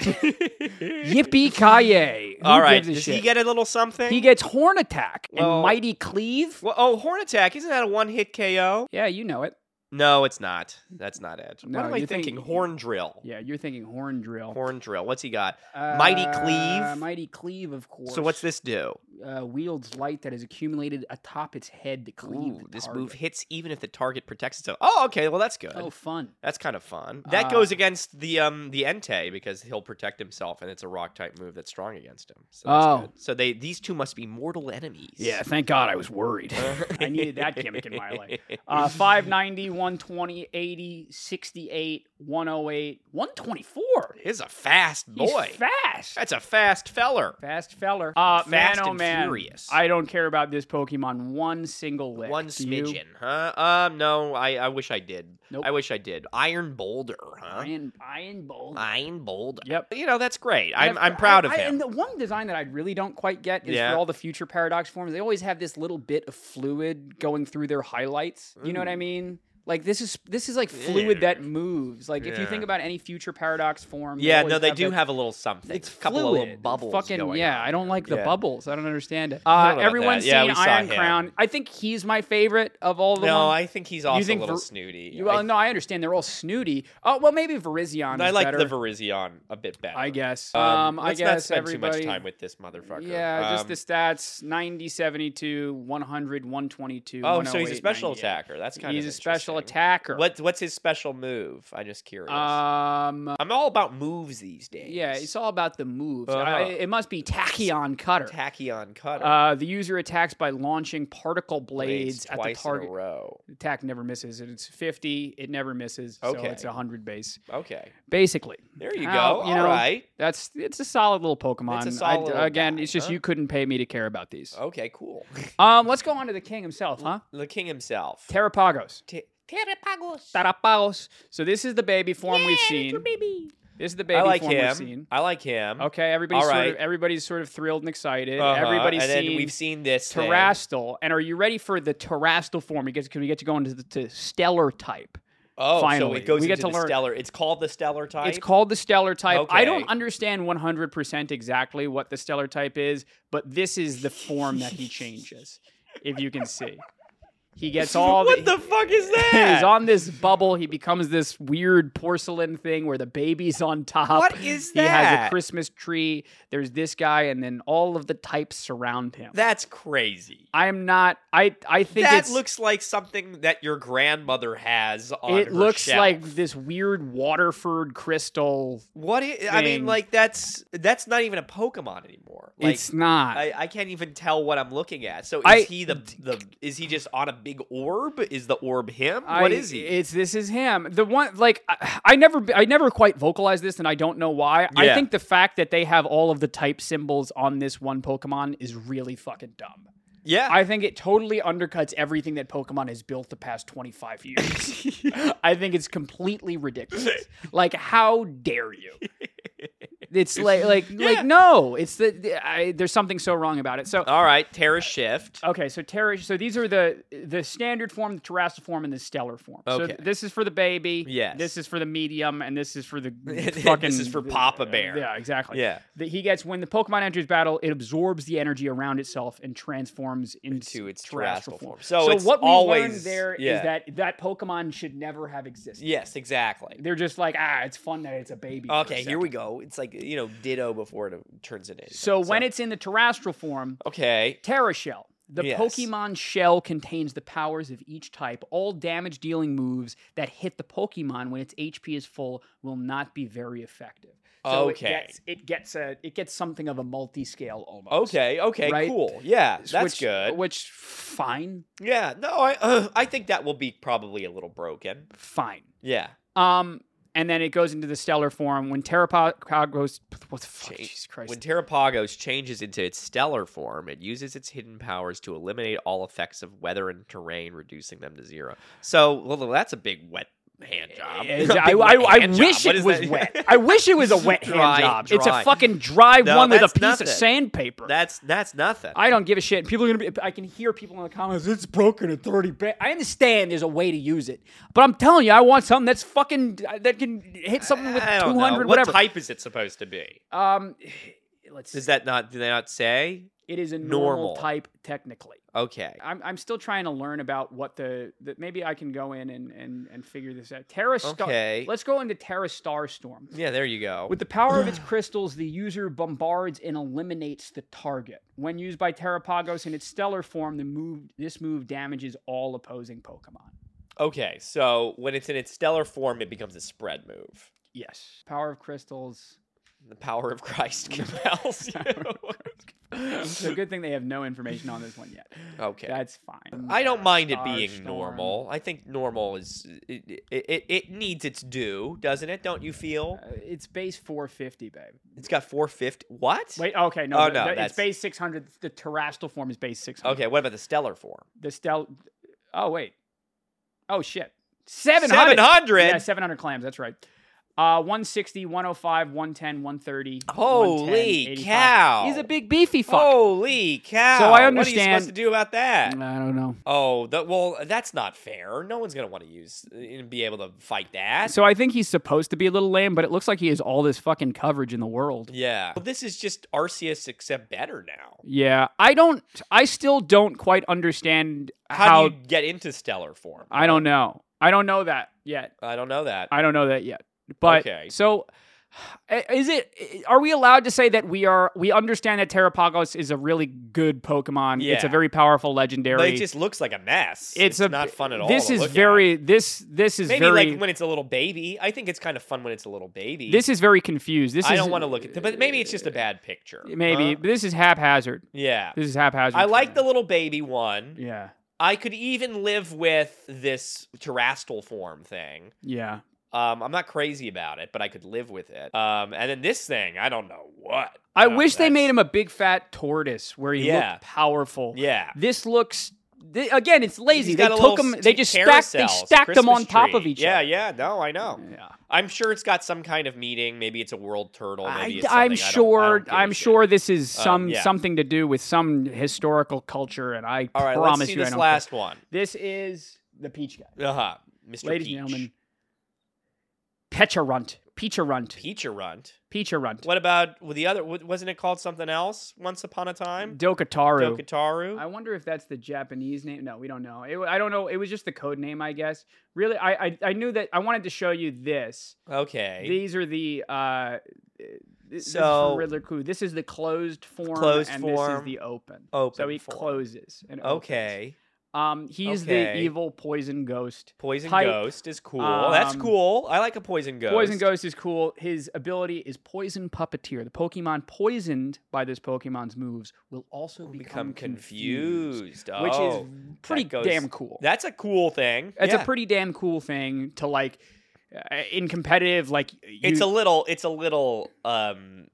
Speaker 2: Yippee ki
Speaker 1: All right. Does he get a little something?
Speaker 2: He gets horn attack
Speaker 1: Well-
Speaker 2: and mighty cleave.
Speaker 1: Well, oh, Horn Attack. Isn't that a one hit KO?
Speaker 2: Yeah, you know it.
Speaker 1: No, it's not. That's not it.
Speaker 2: No,
Speaker 1: what am I
Speaker 2: you're
Speaker 1: thinking?
Speaker 2: thinking-
Speaker 1: Horn Drill.
Speaker 2: Yeah, you're thinking horn drill.
Speaker 1: Horn Drill. What's he got? Mighty
Speaker 2: Uh,
Speaker 1: Cleave?
Speaker 2: mighty cleave, of course.
Speaker 1: So what's this do?
Speaker 2: Uh, wields light that is accumulated atop its head to cleave.
Speaker 1: Ooh,
Speaker 2: the
Speaker 1: this
Speaker 2: target.
Speaker 1: move hits even if the target protects itself. Oh, okay. Well, that's good.
Speaker 2: Oh, fun.
Speaker 1: That's kind of fun. That
Speaker 2: Uh,
Speaker 1: goes against the um the Entei because he'll protect himself, and it's a rock type move that's strong against him. So that's
Speaker 2: Oh.
Speaker 1: good. so they these two must be mortal enemies.
Speaker 2: Yeah, thank God I was worried. I needed that gimmick in my life. Uh, 590, 120, 80, 68, 108, 124.
Speaker 1: He's a fast
Speaker 2: He's
Speaker 1: boy.
Speaker 2: fast.
Speaker 1: That's a fast feller.
Speaker 2: Fast feller. Uh, man,
Speaker 1: Fast
Speaker 2: oh
Speaker 1: and
Speaker 2: man.
Speaker 1: furious.
Speaker 2: I don't care about this Pokemon one single lick.
Speaker 1: One
Speaker 2: Do you?
Speaker 1: smidgen, huh? Um, no, I, I wish I did.
Speaker 2: Nope.
Speaker 1: I wish I did. Iron Boulder, huh? Iron,
Speaker 2: Iron, Iron Bolt.
Speaker 1: Boulder.
Speaker 2: Yep.
Speaker 1: You know that's great.
Speaker 2: And
Speaker 1: I'm
Speaker 2: I've-
Speaker 1: I'm proud
Speaker 2: I-
Speaker 1: of
Speaker 2: I-
Speaker 1: him.
Speaker 2: and the one design that I really don't quite get is
Speaker 1: Yeah.
Speaker 2: for all the future paradox forms. They always have this little bit of fluid going through their highlights. You know
Speaker 1: Mm.
Speaker 2: what I mean? Like this is this is like fluid that moves. Like if you
Speaker 1: Yeah.
Speaker 2: think about any future paradox form,
Speaker 1: yeah,
Speaker 2: always
Speaker 1: no, they
Speaker 2: have
Speaker 1: do
Speaker 2: that-
Speaker 1: have a little something.
Speaker 2: It's
Speaker 1: a couple
Speaker 2: fluid.
Speaker 1: of little bubbles.
Speaker 2: Fucking
Speaker 1: going
Speaker 2: yeah,
Speaker 1: on.
Speaker 2: I don't like the
Speaker 1: Yeah.
Speaker 2: bubbles. I don't understand it.
Speaker 1: I
Speaker 2: Uh,
Speaker 1: don't know about
Speaker 2: everyone's
Speaker 1: that. Yeah,
Speaker 2: seen
Speaker 1: we saw
Speaker 2: Iron
Speaker 1: him.
Speaker 2: Crown. I think he's my favorite of all the
Speaker 1: No,
Speaker 2: ones.
Speaker 1: I think he's also
Speaker 2: think
Speaker 1: a little
Speaker 2: Ver-
Speaker 1: snooty.
Speaker 2: You- well,
Speaker 1: I,
Speaker 2: no, I understand they're all snooty. Oh well, maybe Virizion.
Speaker 1: I
Speaker 2: is
Speaker 1: like the
Speaker 2: better,
Speaker 1: Virizion a bit better.
Speaker 2: I guess.
Speaker 1: Um,
Speaker 2: Um, I
Speaker 1: let's
Speaker 2: guess
Speaker 1: not spend
Speaker 2: everybody.
Speaker 1: too much time with this motherfucker.
Speaker 2: Yeah, just
Speaker 1: Um,
Speaker 2: the stats 90, 72, 100, 122.
Speaker 1: Oh, so he's a
Speaker 2: 108,
Speaker 1: special
Speaker 2: 98.
Speaker 1: attacker. That's kind
Speaker 2: He's
Speaker 1: of
Speaker 2: a special
Speaker 1: interesting.
Speaker 2: attacker.
Speaker 1: What what's his special move? I'm just curious.
Speaker 2: Um,
Speaker 1: I'm all about moves these days.
Speaker 2: yeah, it's all about the moves.
Speaker 1: Uh-huh.
Speaker 2: I- it must be Tachyon Cutter.
Speaker 1: tachyon cutter.
Speaker 2: Uh, the user attacks by launching particle blades, at the
Speaker 1: twice
Speaker 2: target.
Speaker 1: in a row.
Speaker 2: The attack never misses. and It's 50. It never misses. So
Speaker 1: Okay.
Speaker 2: it's 100 base.
Speaker 1: Okay,
Speaker 2: Basically,
Speaker 1: there you
Speaker 2: How-
Speaker 1: go.
Speaker 2: you
Speaker 1: All
Speaker 2: know-
Speaker 1: right.
Speaker 2: that's it's a solid little Pokemon. I-
Speaker 1: solid little
Speaker 2: again,
Speaker 1: guy,
Speaker 2: it's just
Speaker 1: huh? Oh.
Speaker 2: you couldn't pay me to care about these.
Speaker 1: Okay, cool.
Speaker 2: Um, let's go on to the king himself, huh?
Speaker 1: the king himself.
Speaker 2: Terrapagos.
Speaker 1: T-
Speaker 3: Terrapagos.
Speaker 2: Tarapagos. So this is the baby form we've seen.
Speaker 3: Little baby.
Speaker 2: This is the baby
Speaker 1: I like
Speaker 2: form we've
Speaker 1: him.
Speaker 2: seen.
Speaker 1: I like him.
Speaker 2: Okay, everybody's
Speaker 1: All
Speaker 2: sort
Speaker 1: right.
Speaker 2: of everybody's sort of thrilled and excited.
Speaker 1: Uh-huh,
Speaker 2: Everybody's
Speaker 1: and
Speaker 2: seen
Speaker 1: then we've seen this thing.
Speaker 2: Terastal. And are you ready for the Terastal form? We get can we get to go into the to stellar type.
Speaker 1: Oh,
Speaker 2: finally.
Speaker 1: so it goes
Speaker 2: We get
Speaker 1: into
Speaker 2: to
Speaker 1: the
Speaker 2: learn-
Speaker 1: stellar. It's called the stellar type.
Speaker 2: It's called the stellar type. I don't
Speaker 1: Okay.
Speaker 2: understand 100% exactly what the stellar type is, but this is the form that he changes. if you can see. He gets all
Speaker 1: what the fuck is that?
Speaker 2: He's on this bubble. He becomes this weird porcelain thing where the baby's on top.
Speaker 1: What is
Speaker 2: He has a
Speaker 1: that?
Speaker 2: Christmas tree. There's this guy, and then all of the types surround him.
Speaker 1: That's crazy.
Speaker 2: I'm not. I I think
Speaker 1: That
Speaker 2: it's,
Speaker 1: looks like something that your grandmother has on
Speaker 2: It
Speaker 1: her
Speaker 2: looks
Speaker 1: shelf.
Speaker 2: like this weird Waterford crystal.
Speaker 1: what i- I
Speaker 2: thing.
Speaker 1: mean like that's that's not even a Pokemon anymore. Like
Speaker 2: it's not.
Speaker 1: I, I can't even tell what I'm looking at. So is
Speaker 2: I-
Speaker 1: he the the is he just on a big orb? Is the orb him?
Speaker 2: I-
Speaker 1: what is he?
Speaker 2: It's this is him. The one like I, I never I never quite vocalized this, and I don't know why. I
Speaker 1: Yeah.
Speaker 2: think the fact that they have all of the type symbols on this one Pokemon is really fucking dumb.
Speaker 1: yeah.
Speaker 2: I think it totally undercuts everything that Pokemon has built the past 25 years. I think it's completely ridiculous. Like, how dare you? It's like, like,
Speaker 1: Yeah.
Speaker 2: like, no. It's the, the- I, there's something so wrong about it. So,
Speaker 1: All right, Terra Shift.
Speaker 2: okay, so Terra. So these are the the standard form, the Terrasta form, and the Stellar form. So
Speaker 1: Okay.
Speaker 2: th- this is for the baby.
Speaker 1: Yes.
Speaker 2: This is for the medium, and this is for the
Speaker 1: This
Speaker 2: fucking. uh,
Speaker 1: is for Papa Bear.
Speaker 2: Yeah, exactly.
Speaker 1: Yeah.
Speaker 2: That he gets when the Pokemon enters battle, it absorbs the energy around itself and transforms into
Speaker 1: Into its terrestrial form.
Speaker 2: So,
Speaker 1: So it's
Speaker 2: what we learned
Speaker 1: always-
Speaker 2: there is
Speaker 1: yeah.
Speaker 2: that that Pokemon should never have existed.
Speaker 1: Yes, exactly.
Speaker 2: They're just like, ah, it's fun that it's a baby. for a
Speaker 1: Okay, here we
Speaker 2: second."
Speaker 1: go. It's like you know, Ditto before it turns it in.
Speaker 2: So when it's in the terrestrial form,
Speaker 1: okay,
Speaker 2: Terra Shell. The
Speaker 1: Yes.
Speaker 2: Pokemon shell contains the powers of each type. All damage dealing moves that hit the Pokemon when its HP is full will not be very effective. So
Speaker 1: Okay.
Speaker 2: It gets, it gets a it gets something of a multi scale almost.
Speaker 1: Okay, okay,
Speaker 2: Right?
Speaker 1: cool. Yeah,
Speaker 2: S-
Speaker 1: Oh, that's
Speaker 2: which,
Speaker 1: good.
Speaker 2: Which fine,
Speaker 1: Yeah, no, I I think that will be probably a little broken.
Speaker 2: fine.
Speaker 1: Yeah.
Speaker 2: Um, and then it goes into the stellar form when Terrapod goes. What the fuck?
Speaker 1: Jeez.
Speaker 2: Jesus Christ!
Speaker 1: When Terrapagos changes into its stellar form, it uses its hidden powers to eliminate all effects of weather and terrain, reducing them to zero. So, well, that's a big wet hand job.
Speaker 2: Eh,
Speaker 1: A big
Speaker 2: I, I,
Speaker 1: wet
Speaker 2: I
Speaker 1: hand
Speaker 2: wish
Speaker 1: job. What
Speaker 2: it
Speaker 1: is
Speaker 2: was
Speaker 1: that?
Speaker 2: wet. I wish it was a wet
Speaker 1: Dry,
Speaker 2: hand job. It's
Speaker 1: dry.
Speaker 2: a fucking dry
Speaker 1: No,
Speaker 2: one with a
Speaker 1: that's
Speaker 2: piece
Speaker 1: nothing.
Speaker 2: of sandpaper.
Speaker 1: that's that's nothing.
Speaker 2: I don't give a shit. People are gonna be. I can hear people in the comments. It's broken at thirty. Ba-. I understand there's a way to use it, but I'm telling you, I want something that's fucking that can hit something with
Speaker 1: I don't know.
Speaker 2: two hundred
Speaker 1: What
Speaker 2: whatever.
Speaker 1: type is it supposed to be?
Speaker 2: Um, let's.
Speaker 1: Does that not? Do they not say?
Speaker 2: it is a
Speaker 1: normal.
Speaker 2: normal type technically.
Speaker 1: Okay.
Speaker 2: I'm, I'm still trying to learn about what the, the maybe I can go in and and, and figure this out. Terra Star.
Speaker 1: Okay.
Speaker 2: Let's go into Terra Starstorm.
Speaker 1: Yeah, there you go.
Speaker 2: With the power of its crystals, the user bombards and eliminates the target. When used by Terrapagos in its stellar form, the move this move damages all opposing Pokemon.
Speaker 1: Okay, so when it's in its stellar form, it becomes a spread move.
Speaker 2: Yes. Power of crystals.
Speaker 1: The power of Christ compels
Speaker 2: It's
Speaker 1: you.
Speaker 2: a good thing they have no information on this one yet.
Speaker 1: okay.
Speaker 2: That's fine.
Speaker 1: I don't mind it being
Speaker 2: Starstorm.
Speaker 1: normal. I think normal is it, it, it, it needs its due, doesn't it? Don't you feel?
Speaker 2: Uh, it's base 450, babe.
Speaker 1: It's got 450. What?
Speaker 2: Wait, okay, no,
Speaker 1: Oh,
Speaker 2: the-
Speaker 1: no,
Speaker 2: the-
Speaker 1: that's-
Speaker 2: it's base 600. The terrestrial form is base 600.
Speaker 1: Okay, what about the stellar form?
Speaker 2: The stel. Oh wait. Oh shit. Seven hundred.
Speaker 1: 700.
Speaker 2: Yeah, seven hundred clams. That's right. Uh, 160, 105, 110, 130.
Speaker 1: Holy
Speaker 2: 110, 85.
Speaker 1: cow. Oh.
Speaker 2: He's a big beefy fuck.
Speaker 1: Holy cow.
Speaker 2: So
Speaker 1: What are
Speaker 2: I
Speaker 1: you supposed
Speaker 2: understand- Mm.
Speaker 1: to do about
Speaker 2: I
Speaker 1: that?
Speaker 2: don't know.
Speaker 1: Oh, that well, that's not fair. No one's going to want to use and be able to fight that.
Speaker 2: So I think he's supposed to be a little lame, but it looks like he has all this fucking coverage in the world.
Speaker 1: Yeah. Well, this is just Arceus except better now.
Speaker 2: Yeah, I don't. I still don't quite understand
Speaker 1: How,
Speaker 2: how.
Speaker 1: do you get into stellar form?
Speaker 2: I don't know. I don't know that yet.
Speaker 1: I don't know that.
Speaker 2: I don't know that yet. But
Speaker 1: Okay.
Speaker 2: so i- is it i- are we allowed to say that we are we understand that Terrapagos is a really good Pokemon. It's
Speaker 1: Yeah.
Speaker 2: a very powerful
Speaker 1: but
Speaker 2: legendary.
Speaker 1: it just looks like a mess. It's,
Speaker 2: It's a-
Speaker 1: not fun at all.
Speaker 2: this
Speaker 1: to
Speaker 2: is
Speaker 1: look at.
Speaker 2: very this this is
Speaker 1: maybe
Speaker 2: very
Speaker 1: like when it's a little baby. I think it's kind of fun when it's a little baby.
Speaker 2: this is very confused. This
Speaker 1: I
Speaker 2: is Uh,
Speaker 1: don't want to look at th- but maybe it's just a bad picture.
Speaker 2: maybe
Speaker 1: huh?
Speaker 2: but this is haphazard.
Speaker 1: Yeah.
Speaker 2: This is haphazard.
Speaker 1: I
Speaker 2: for
Speaker 1: like
Speaker 2: me.
Speaker 1: the little baby one.
Speaker 2: yeah
Speaker 1: I could even live with this terrastal form thing.
Speaker 2: yeah.
Speaker 1: Um, I'm not crazy about it, but I could live with it. Um, and then this thing, I don't know what.
Speaker 2: I
Speaker 1: Uh,
Speaker 2: wish they made
Speaker 1: that's-
Speaker 2: him a big fat tortoise where he
Speaker 1: Yeah.
Speaker 2: looked powerful.
Speaker 1: Yeah.
Speaker 2: This looks. thi- again, it's lazy.
Speaker 1: He's
Speaker 2: They
Speaker 1: got a
Speaker 2: took
Speaker 1: little
Speaker 2: them. They
Speaker 1: st-
Speaker 2: just stacked. They
Speaker 1: carousels,
Speaker 2: stacked them on
Speaker 1: Christmas
Speaker 2: top of
Speaker 1: tree.
Speaker 2: each
Speaker 1: yeah,
Speaker 2: other.
Speaker 1: Yeah, No, I know.
Speaker 2: Yeah.
Speaker 1: I'm sure it's got some kind of meaning. Maybe it's a world turtle. Maybe
Speaker 2: I,
Speaker 1: it's
Speaker 2: I'm
Speaker 1: something. I don't- I
Speaker 2: sure.
Speaker 1: don't give a shit.
Speaker 2: I'm
Speaker 1: Uh,
Speaker 2: sure this is some
Speaker 1: yeah.
Speaker 2: something to do with some historical culture, and I
Speaker 1: All right,
Speaker 2: promise
Speaker 1: let's see
Speaker 2: you, I
Speaker 1: this
Speaker 2: don't
Speaker 1: last one.
Speaker 2: care. This is the peach guy,
Speaker 1: Uh huh. Mr.
Speaker 2: ladies
Speaker 1: Peach.
Speaker 2: and gentlemen. Pecharunt, Pecharunt,
Speaker 1: Peacherunt.
Speaker 2: Pecharunt,
Speaker 1: What about with the other? wa- Wasn't it called something else once upon a time?
Speaker 2: Dokataru.
Speaker 1: Dokataru.
Speaker 2: I wonder if that's the Japanese name. No, we don't know. It, wa- I don't know. It was just the code name, I guess. Really, I, I I knew that. I wanted to show you this.
Speaker 1: Okay.
Speaker 2: These are the. uh th- this is from
Speaker 1: So-
Speaker 2: Riddler Clue. This is the closed form,
Speaker 1: Closed
Speaker 2: and this
Speaker 1: form.
Speaker 2: is the open.
Speaker 1: Open.
Speaker 2: So he
Speaker 1: form.
Speaker 2: closes. And opens.
Speaker 1: Okay.
Speaker 2: Um, he's the
Speaker 1: Okay.
Speaker 2: evil poison ghost.
Speaker 1: Poison
Speaker 2: Type.
Speaker 1: ghost is cool. That's
Speaker 2: Um,
Speaker 1: cool. I like a poison ghost.
Speaker 2: Poison ghost is cool. His ability is poison puppeteer. The Pokemon poisoned by this Pokemon's moves will also become,
Speaker 1: Become confused.
Speaker 2: which
Speaker 1: Oh,
Speaker 2: is pretty
Speaker 1: that goes-
Speaker 2: damn cool.
Speaker 1: That's a cool thing.
Speaker 2: That's
Speaker 1: Yeah.
Speaker 2: a pretty damn cool thing to like uh, in competitive. Like you,
Speaker 1: it's a little it's a little um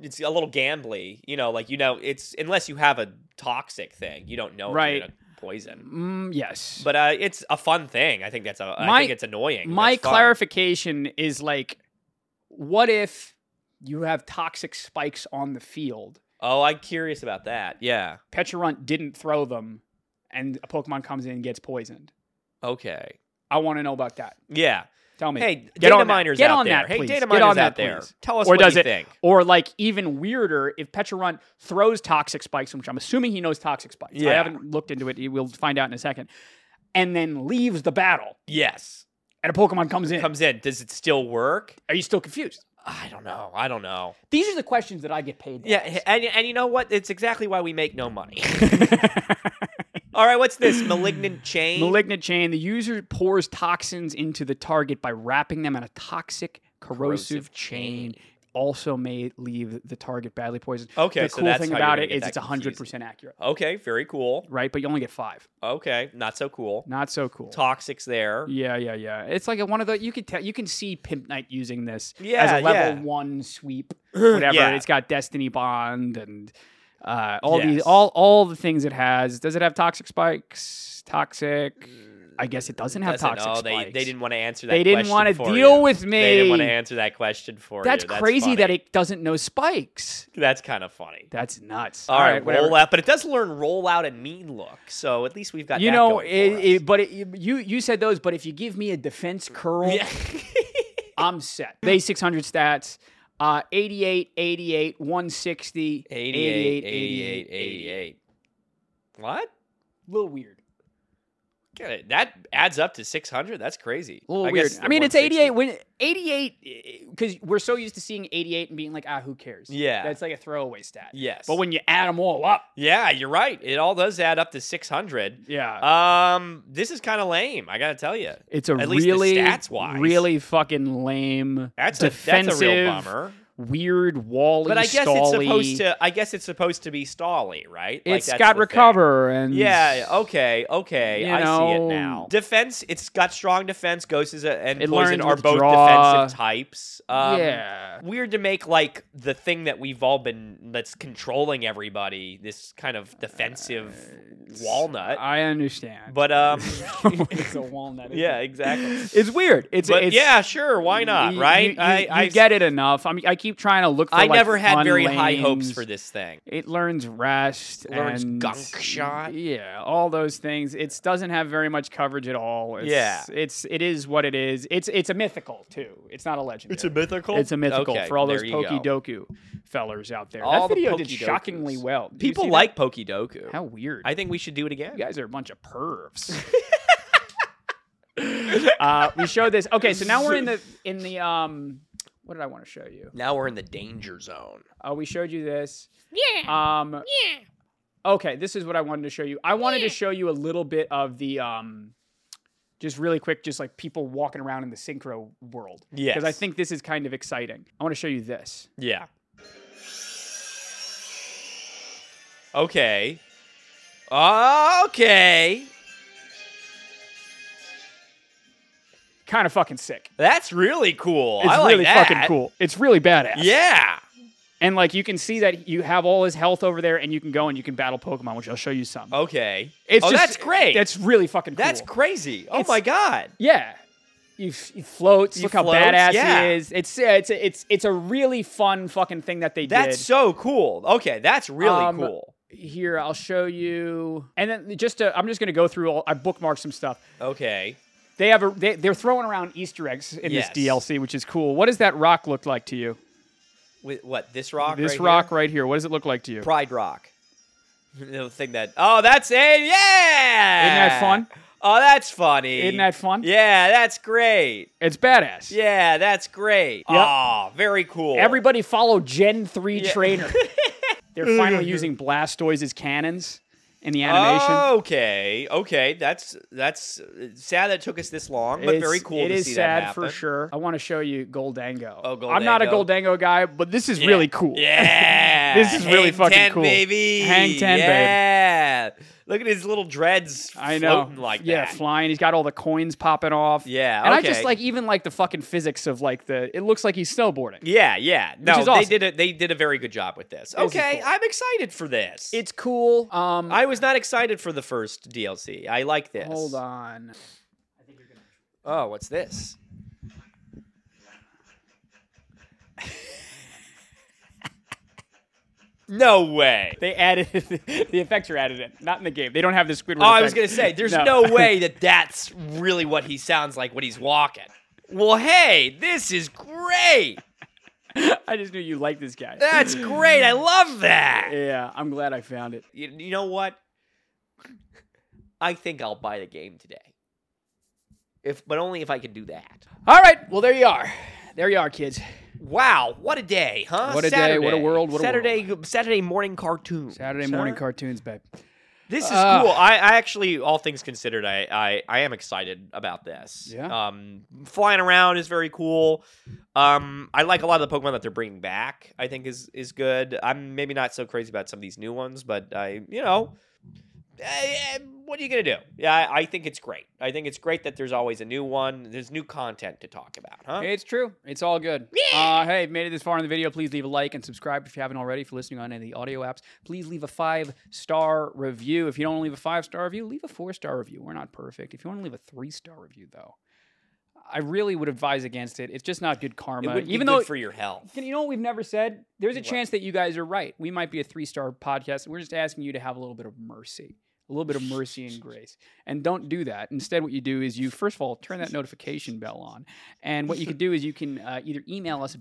Speaker 1: it's a little gambly you know like you know it's unless you have a toxic thing you don't know if you're
Speaker 2: Right.
Speaker 1: gonna poison
Speaker 2: Mm, yes.
Speaker 1: but uh it's a fun thing i think that's a I
Speaker 2: My-
Speaker 1: think it's annoying
Speaker 2: My
Speaker 1: That's fun.
Speaker 2: clarification is like, what if you have toxic spikes on the field?
Speaker 1: oh i'm curious about that yeah
Speaker 2: Pecharunt didn't throw them, and a Pokemon comes in and gets poisoned.
Speaker 1: okay
Speaker 2: I want to know about that.
Speaker 1: yeah
Speaker 2: Tell me.
Speaker 1: hey
Speaker 2: get
Speaker 1: data
Speaker 2: on that.
Speaker 1: miners
Speaker 2: Get
Speaker 1: out
Speaker 2: on
Speaker 1: there
Speaker 2: that,
Speaker 1: hey
Speaker 2: please.
Speaker 1: data
Speaker 2: Get
Speaker 1: miners
Speaker 2: on that,
Speaker 1: out there
Speaker 2: please.
Speaker 1: tell us
Speaker 2: Or
Speaker 1: what
Speaker 2: does
Speaker 1: you
Speaker 2: it-
Speaker 1: think
Speaker 2: Or like even weirder, if Pecharunt throws toxic spikes, which I'm assuming he knows toxic spikes.
Speaker 1: Yeah.
Speaker 2: I haven't looked into it. We'll find out in a second. And then leaves the battle,
Speaker 1: yes
Speaker 2: and a Pokemon comes in.
Speaker 1: comes in does it still work
Speaker 2: Are you still confused?
Speaker 1: I don't know. I don't know.
Speaker 2: These are the questions that I get paid. to
Speaker 1: Yeah,
Speaker 2: ask.
Speaker 1: and and you know what? It's exactly why we make no money. All right, what's this? Malignant chain.
Speaker 2: Malignant chain. The user pours toxins into the target by wrapping them in a toxic, corrosive,
Speaker 1: Corrosive
Speaker 2: chain. Also, may leave the target badly poisoned.
Speaker 1: Okay,
Speaker 2: The
Speaker 1: so
Speaker 2: cool
Speaker 1: that's
Speaker 2: thing
Speaker 1: how you're
Speaker 2: about
Speaker 1: gonna
Speaker 2: it
Speaker 1: get
Speaker 2: is
Speaker 1: that
Speaker 2: it's hundred
Speaker 1: confused.
Speaker 2: percent accurate,
Speaker 1: okay, very cool.
Speaker 2: right? But you only get five.
Speaker 1: Okay, not so cool.
Speaker 2: Not so cool.
Speaker 1: Toxics there.
Speaker 2: Yeah, yeah, yeah. It's like a, one of the you could tell you can see Pimp Knight using this as
Speaker 1: Yeah,
Speaker 2: a level
Speaker 1: yeah.
Speaker 2: one sweep, whatever.
Speaker 1: Yeah.
Speaker 2: It's got Destiny Bond and uh, all these
Speaker 1: Yes.
Speaker 2: all all the things it has. Does it have toxic spikes? Toxic? I guess it doesn't have
Speaker 1: Doesn't-
Speaker 2: toxic
Speaker 1: oh,
Speaker 2: spikes.
Speaker 1: they, they didn't want to answer that.
Speaker 2: They didn't
Speaker 1: want to
Speaker 2: deal with me.
Speaker 1: They didn't want to answer that question for
Speaker 2: That's
Speaker 1: you.
Speaker 2: crazy that
Speaker 1: funny.
Speaker 2: it doesn't know spikes.
Speaker 1: That's kind of funny.
Speaker 2: That's nuts.
Speaker 1: All right,
Speaker 2: whatever.
Speaker 1: roll out, but it does learn roll out and mean look. So at least we've got
Speaker 2: You
Speaker 1: that
Speaker 2: know,
Speaker 1: going
Speaker 2: it,
Speaker 1: for
Speaker 2: it,
Speaker 1: us.
Speaker 2: but it, you you said those. But if you give me a defense curl, I'm set. They 600 stats. Uh, 88, 88, 160,
Speaker 1: 88, 88, 88. What?
Speaker 2: little weird.
Speaker 1: Good. That adds up to 600. That's crazy.
Speaker 2: A little
Speaker 1: I guess
Speaker 2: weird.
Speaker 1: the
Speaker 2: I mean, it's
Speaker 1: 160
Speaker 2: 88. When 88, because eh, we're so used to seeing 88 and being like, ah, who cares?
Speaker 1: Yeah.
Speaker 2: That's like a throwaway stat.
Speaker 1: Yes.
Speaker 2: But when you add them all up,
Speaker 1: yeah, you're right. It all does add up to 600.
Speaker 2: yeah.
Speaker 1: Um, this is kind of lame. I gotta tell you,
Speaker 2: uh, it's a
Speaker 1: at least the
Speaker 2: really,
Speaker 1: stats-wise.
Speaker 2: really fucking lame,
Speaker 1: that's a
Speaker 2: defensive,
Speaker 1: that's a real bummer.
Speaker 2: weird wall.
Speaker 1: But I guess it's supposed to. I guess it's supposed to be stally, right? Like,
Speaker 2: It's
Speaker 1: that's
Speaker 2: got
Speaker 1: the thing.
Speaker 2: recover and
Speaker 1: Yeah. Okay. Okay.
Speaker 2: You
Speaker 1: I see
Speaker 2: know,
Speaker 1: it now. Defense. It's got strong defense. Ghosts is a, and
Speaker 2: It
Speaker 1: poison
Speaker 2: learns
Speaker 1: are both
Speaker 2: withdraw.
Speaker 1: defensive types. Um,
Speaker 2: yeah.
Speaker 1: Weird to make like the thing that we've all been that's controlling everybody. This kind of defensive walnut.
Speaker 2: Uh, I understand.
Speaker 1: but um,
Speaker 2: it's a walnut. isn't
Speaker 1: yeah,
Speaker 2: it?
Speaker 1: exactly.
Speaker 2: It's weird. It's,
Speaker 1: But
Speaker 2: it's
Speaker 1: yeah, sure. Why not?
Speaker 2: you-
Speaker 1: right?
Speaker 2: You, you-
Speaker 1: I
Speaker 2: you
Speaker 1: I
Speaker 2: get it enough. I mean, I keep trying to look. for,
Speaker 1: I
Speaker 2: like,
Speaker 1: never had
Speaker 2: fun
Speaker 1: very high hopes
Speaker 2: lanes.
Speaker 1: for this thing.
Speaker 2: It learns rest.
Speaker 1: It learns
Speaker 2: and-
Speaker 1: gunk shot.
Speaker 2: Yeah, all those things. It doesn't have very much coverage at all. It's,
Speaker 1: Yeah.
Speaker 2: it's it is what it is. It's it's a mythical too. It's not a legend.
Speaker 1: mythical.
Speaker 2: It's a mythical
Speaker 1: Okay,
Speaker 2: for all those
Speaker 1: there you go.
Speaker 2: Pokidoku fellers out there.
Speaker 1: All
Speaker 2: that
Speaker 1: the
Speaker 2: video did shockingly
Speaker 1: Pokidokus.
Speaker 2: well. Did you see
Speaker 1: People
Speaker 2: that?
Speaker 1: like Pokidoku.
Speaker 2: how weird.
Speaker 1: I think we should do it again.
Speaker 2: You guys are a bunch of pervs. uh, we showed this. Okay, so now we're in the in the um. What did I want to show you?
Speaker 1: Now we're in the danger zone.
Speaker 2: Uh, we showed you this.
Speaker 3: Yeah.
Speaker 2: Um.
Speaker 3: yeah.
Speaker 2: Okay, this is what I wanted to show you. I wanted to show you a little bit of the um. Just really quick, just like people walking around in the synchro world. Because I
Speaker 1: Yes.
Speaker 2: think this is kind of exciting. I want to show you this.
Speaker 1: Yeah. Okay. Okay.
Speaker 2: Kind of fucking sick.
Speaker 1: That's really cool.
Speaker 2: It's
Speaker 1: I like
Speaker 2: really
Speaker 1: that.
Speaker 2: fucking cool. It's really badass.
Speaker 1: Yeah.
Speaker 2: And like you can see that you have all his health over there, and you can go and you can battle Pokemon, which I'll show you some.
Speaker 1: Okay.
Speaker 2: It's
Speaker 1: oh,
Speaker 2: just-
Speaker 1: that's great.
Speaker 2: That's really fucking cool.
Speaker 1: that's crazy. Oh
Speaker 2: It's-
Speaker 1: my god.
Speaker 2: yeah. You, f- he floats.
Speaker 1: He
Speaker 2: look
Speaker 1: floats,
Speaker 2: how badass
Speaker 1: yeah.
Speaker 2: he is. It's yeah, it's a- it's it's a really fun fucking thing that they
Speaker 1: That's
Speaker 2: did.
Speaker 1: so cool. Okay, that's really
Speaker 2: Um,
Speaker 1: cool.
Speaker 2: Here, I'll show you. And then just to, I'm just gonna go through all. I bookmarked some stuff.
Speaker 1: Okay.
Speaker 2: They have a they, they're throwing around Easter eggs in
Speaker 1: Yes.
Speaker 2: this DLC, which is cool. What does that rock look like to you?
Speaker 1: With what? This rock
Speaker 2: this
Speaker 1: right
Speaker 2: rock
Speaker 1: here?
Speaker 2: right here. What does it look like to you?
Speaker 1: Pride Rock. The thing that oh, that's it, yeah.
Speaker 2: Isn't that fun?
Speaker 1: Oh, that's funny.
Speaker 2: Isn't that fun?
Speaker 1: Yeah, that's great.
Speaker 2: It's badass.
Speaker 1: Yeah, that's great.
Speaker 2: Yep.
Speaker 1: Ah, very cool.
Speaker 2: Everybody follow Gen 3
Speaker 1: Yeah.
Speaker 2: Trainer. They're finally using Blastoise as cannons in the animation.
Speaker 1: Oh, Okay, okay, that's that's uh, sad that it took us this long, but very
Speaker 2: It's-
Speaker 1: cool.
Speaker 2: It
Speaker 1: to
Speaker 2: is
Speaker 1: see
Speaker 2: sad
Speaker 1: that happen.
Speaker 2: for sure. I want to show you Goldango.
Speaker 1: Oh,
Speaker 2: I'm not a
Speaker 1: Goldango.
Speaker 2: Goldango guy, but this is
Speaker 1: Yeah.
Speaker 2: really cool.
Speaker 1: Yeah,
Speaker 2: This is really
Speaker 1: Hang
Speaker 2: fucking
Speaker 1: 10,
Speaker 2: cool.
Speaker 1: baby.
Speaker 2: Hang 10, babe.
Speaker 1: yeah. Look at his little dreads.
Speaker 2: I know.
Speaker 1: floating like
Speaker 2: yeah,
Speaker 1: that.
Speaker 2: flying. He's got all the coins popping off.
Speaker 1: yeah,
Speaker 2: And I
Speaker 1: okay.
Speaker 2: just like even like the fucking physics of like the. It looks like he's snowboarding.
Speaker 1: Yeah, yeah. No,
Speaker 2: is
Speaker 1: they
Speaker 2: awesome.
Speaker 1: did a they did a very good job with this.
Speaker 2: is
Speaker 1: okay,
Speaker 2: cool.
Speaker 1: I'm excited for this.
Speaker 2: It's cool. Um,
Speaker 1: I was not excited for the first DLC. I like this.
Speaker 2: hold on.
Speaker 1: Oh, what's this? no way.
Speaker 2: They added the effects are added in, not in the game. They don't have the Squidward.
Speaker 1: Oh, I was gonna
Speaker 2: effect.
Speaker 1: say, there's no. way that that's really what he sounds like when he's walking. Well, hey, this is great.
Speaker 2: I just knew you liked this guy.
Speaker 1: That's great. I love that.
Speaker 2: yeah, I'm glad I found it.
Speaker 1: You, you know what? I think I'll buy the game today. If, but only if I can do that.
Speaker 2: All right, well there you are, there you are, kids.
Speaker 1: Wow, what a day, huh?
Speaker 2: What a day,
Speaker 1: Saturday.
Speaker 2: what a world, what a
Speaker 1: Saturday, Saturday morning cartoon.
Speaker 2: Saturday morning
Speaker 1: Huh?
Speaker 2: cartoons, babe.
Speaker 1: This is
Speaker 2: Uh,
Speaker 1: cool. I, I actually, all things considered, I, I, I am excited about this.
Speaker 2: Yeah.
Speaker 1: Um, flying around is very cool. Um, I like a lot of the Pokemon that they're bringing back. I think is is good. I'm maybe not so crazy about some of these new ones, but I, you know, eh, eh, what are you gonna do? Yeah, I, I think it's great. I think it's great that there's always a new one. There's new content to talk about, huh?
Speaker 2: It's true. It's all good. Uh, hey, if you made it this far in the video, please leave a like and subscribe if you haven't already. If you're listening on any of the audio apps, please leave a five star review. If you don't leave a five star review, leave a four star review. We're not perfect. If you want to leave a three star review, though, I really would advise against it. It's just not good
Speaker 1: it
Speaker 2: karma.
Speaker 1: would be
Speaker 2: Even
Speaker 1: good
Speaker 2: though
Speaker 1: for your health.
Speaker 2: you know what we've never said? There's a
Speaker 1: What?
Speaker 2: chance that you guys are right. We might be a three star podcast. We're just asking you to have a little bit of mercy, a little bit of mercy and grace. And don't do that. Instead, what you do is you, first of all, turn that notification bell on. And what you can do is you can uh, either email us at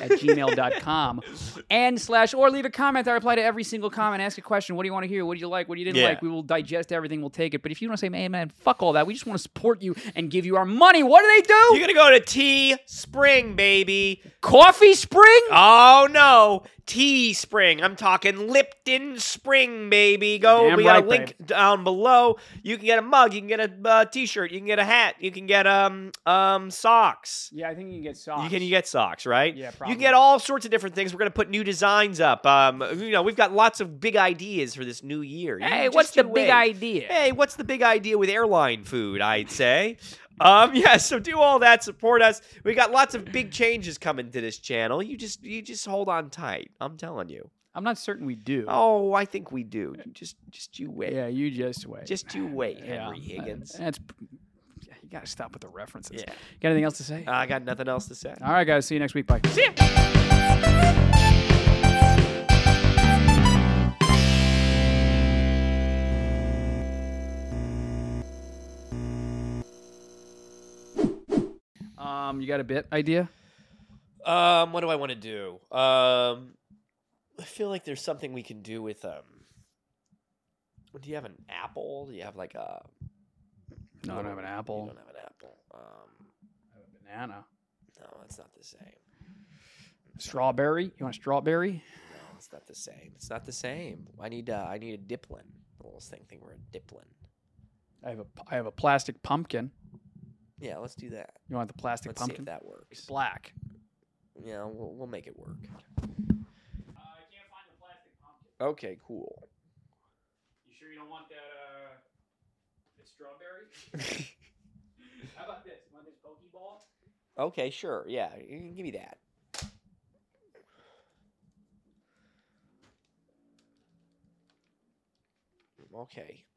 Speaker 2: at gmail.com and slash or leave a comment. I reply to every single comment. Ask a question. What do you want to hear? What do you like? What do you didn't
Speaker 1: Yeah.
Speaker 2: like? We will digest everything. We'll take it. But if you want to say, man, man, fuck all that. We just want to support you and give you our money. What do they do?
Speaker 1: You're gonna go to T Spring, baby.
Speaker 2: Coffee Spring?
Speaker 1: Oh no, Teespring. I'm talking Lipton Spring, baby. Go.
Speaker 2: Damn
Speaker 1: we got
Speaker 2: right,
Speaker 1: a link down below. You can get a mug. You can get a uh, t-shirt. You can get a hat. You can get um um socks.
Speaker 2: Yeah, I think you can get socks.
Speaker 1: You can you get socks, right?
Speaker 2: Yeah,
Speaker 1: You
Speaker 2: probably.
Speaker 1: can get all sorts of different things. We're gonna put new designs up. Um, you know, we've got lots of big ideas for this new year. You
Speaker 2: Hey,
Speaker 1: just
Speaker 2: what's the
Speaker 1: do
Speaker 2: big
Speaker 1: it.
Speaker 2: idea?
Speaker 1: Hey, what's the big idea with airline food? I'd say. Um, yeah, so do all that, support us. We got lots of big changes coming to this channel. You just you just hold on tight. I'm telling you.
Speaker 2: I'm not certain we do.
Speaker 1: Oh, I think we do. You just just you wait.
Speaker 2: yeah, you just wait.
Speaker 1: Just you wait,
Speaker 2: Yeah. Uh,
Speaker 1: Henry Higgins.
Speaker 2: That's. yeah, You gotta stop with the references.
Speaker 1: Yeah.
Speaker 2: Got anything else to say?
Speaker 1: I got nothing else to say.
Speaker 2: All right, guys. See you next week. Bye.
Speaker 1: See ya.
Speaker 2: Um, you got a bit idea?
Speaker 1: Um, what do I want to do? Um, I feel like there's something we can do with um. Do you have an apple? Do you have like a?
Speaker 2: No, I
Speaker 1: what
Speaker 2: don't
Speaker 1: do-
Speaker 2: have an
Speaker 1: you
Speaker 2: apple.
Speaker 1: don't have an apple. Um,
Speaker 2: Banana.
Speaker 1: no, it's not the same.
Speaker 2: Strawberry. You want a strawberry?
Speaker 1: No, it's not the same. It's not the same. I need uh, I need a diplin. The little thing thing we're a diplin.
Speaker 2: I have a. I have a plastic pumpkin.
Speaker 1: Yeah, let's do that.
Speaker 2: You want the plastic
Speaker 1: Let's see if
Speaker 2: pumpkin?
Speaker 1: that works.
Speaker 2: Black.
Speaker 1: Yeah, we'll, we'll make it work. Okay, cool.
Speaker 2: You sure you don't want that uh, the strawberry? How about this? You want this pokeball?
Speaker 1: Okay, sure. Yeah, you can give me that. Okay.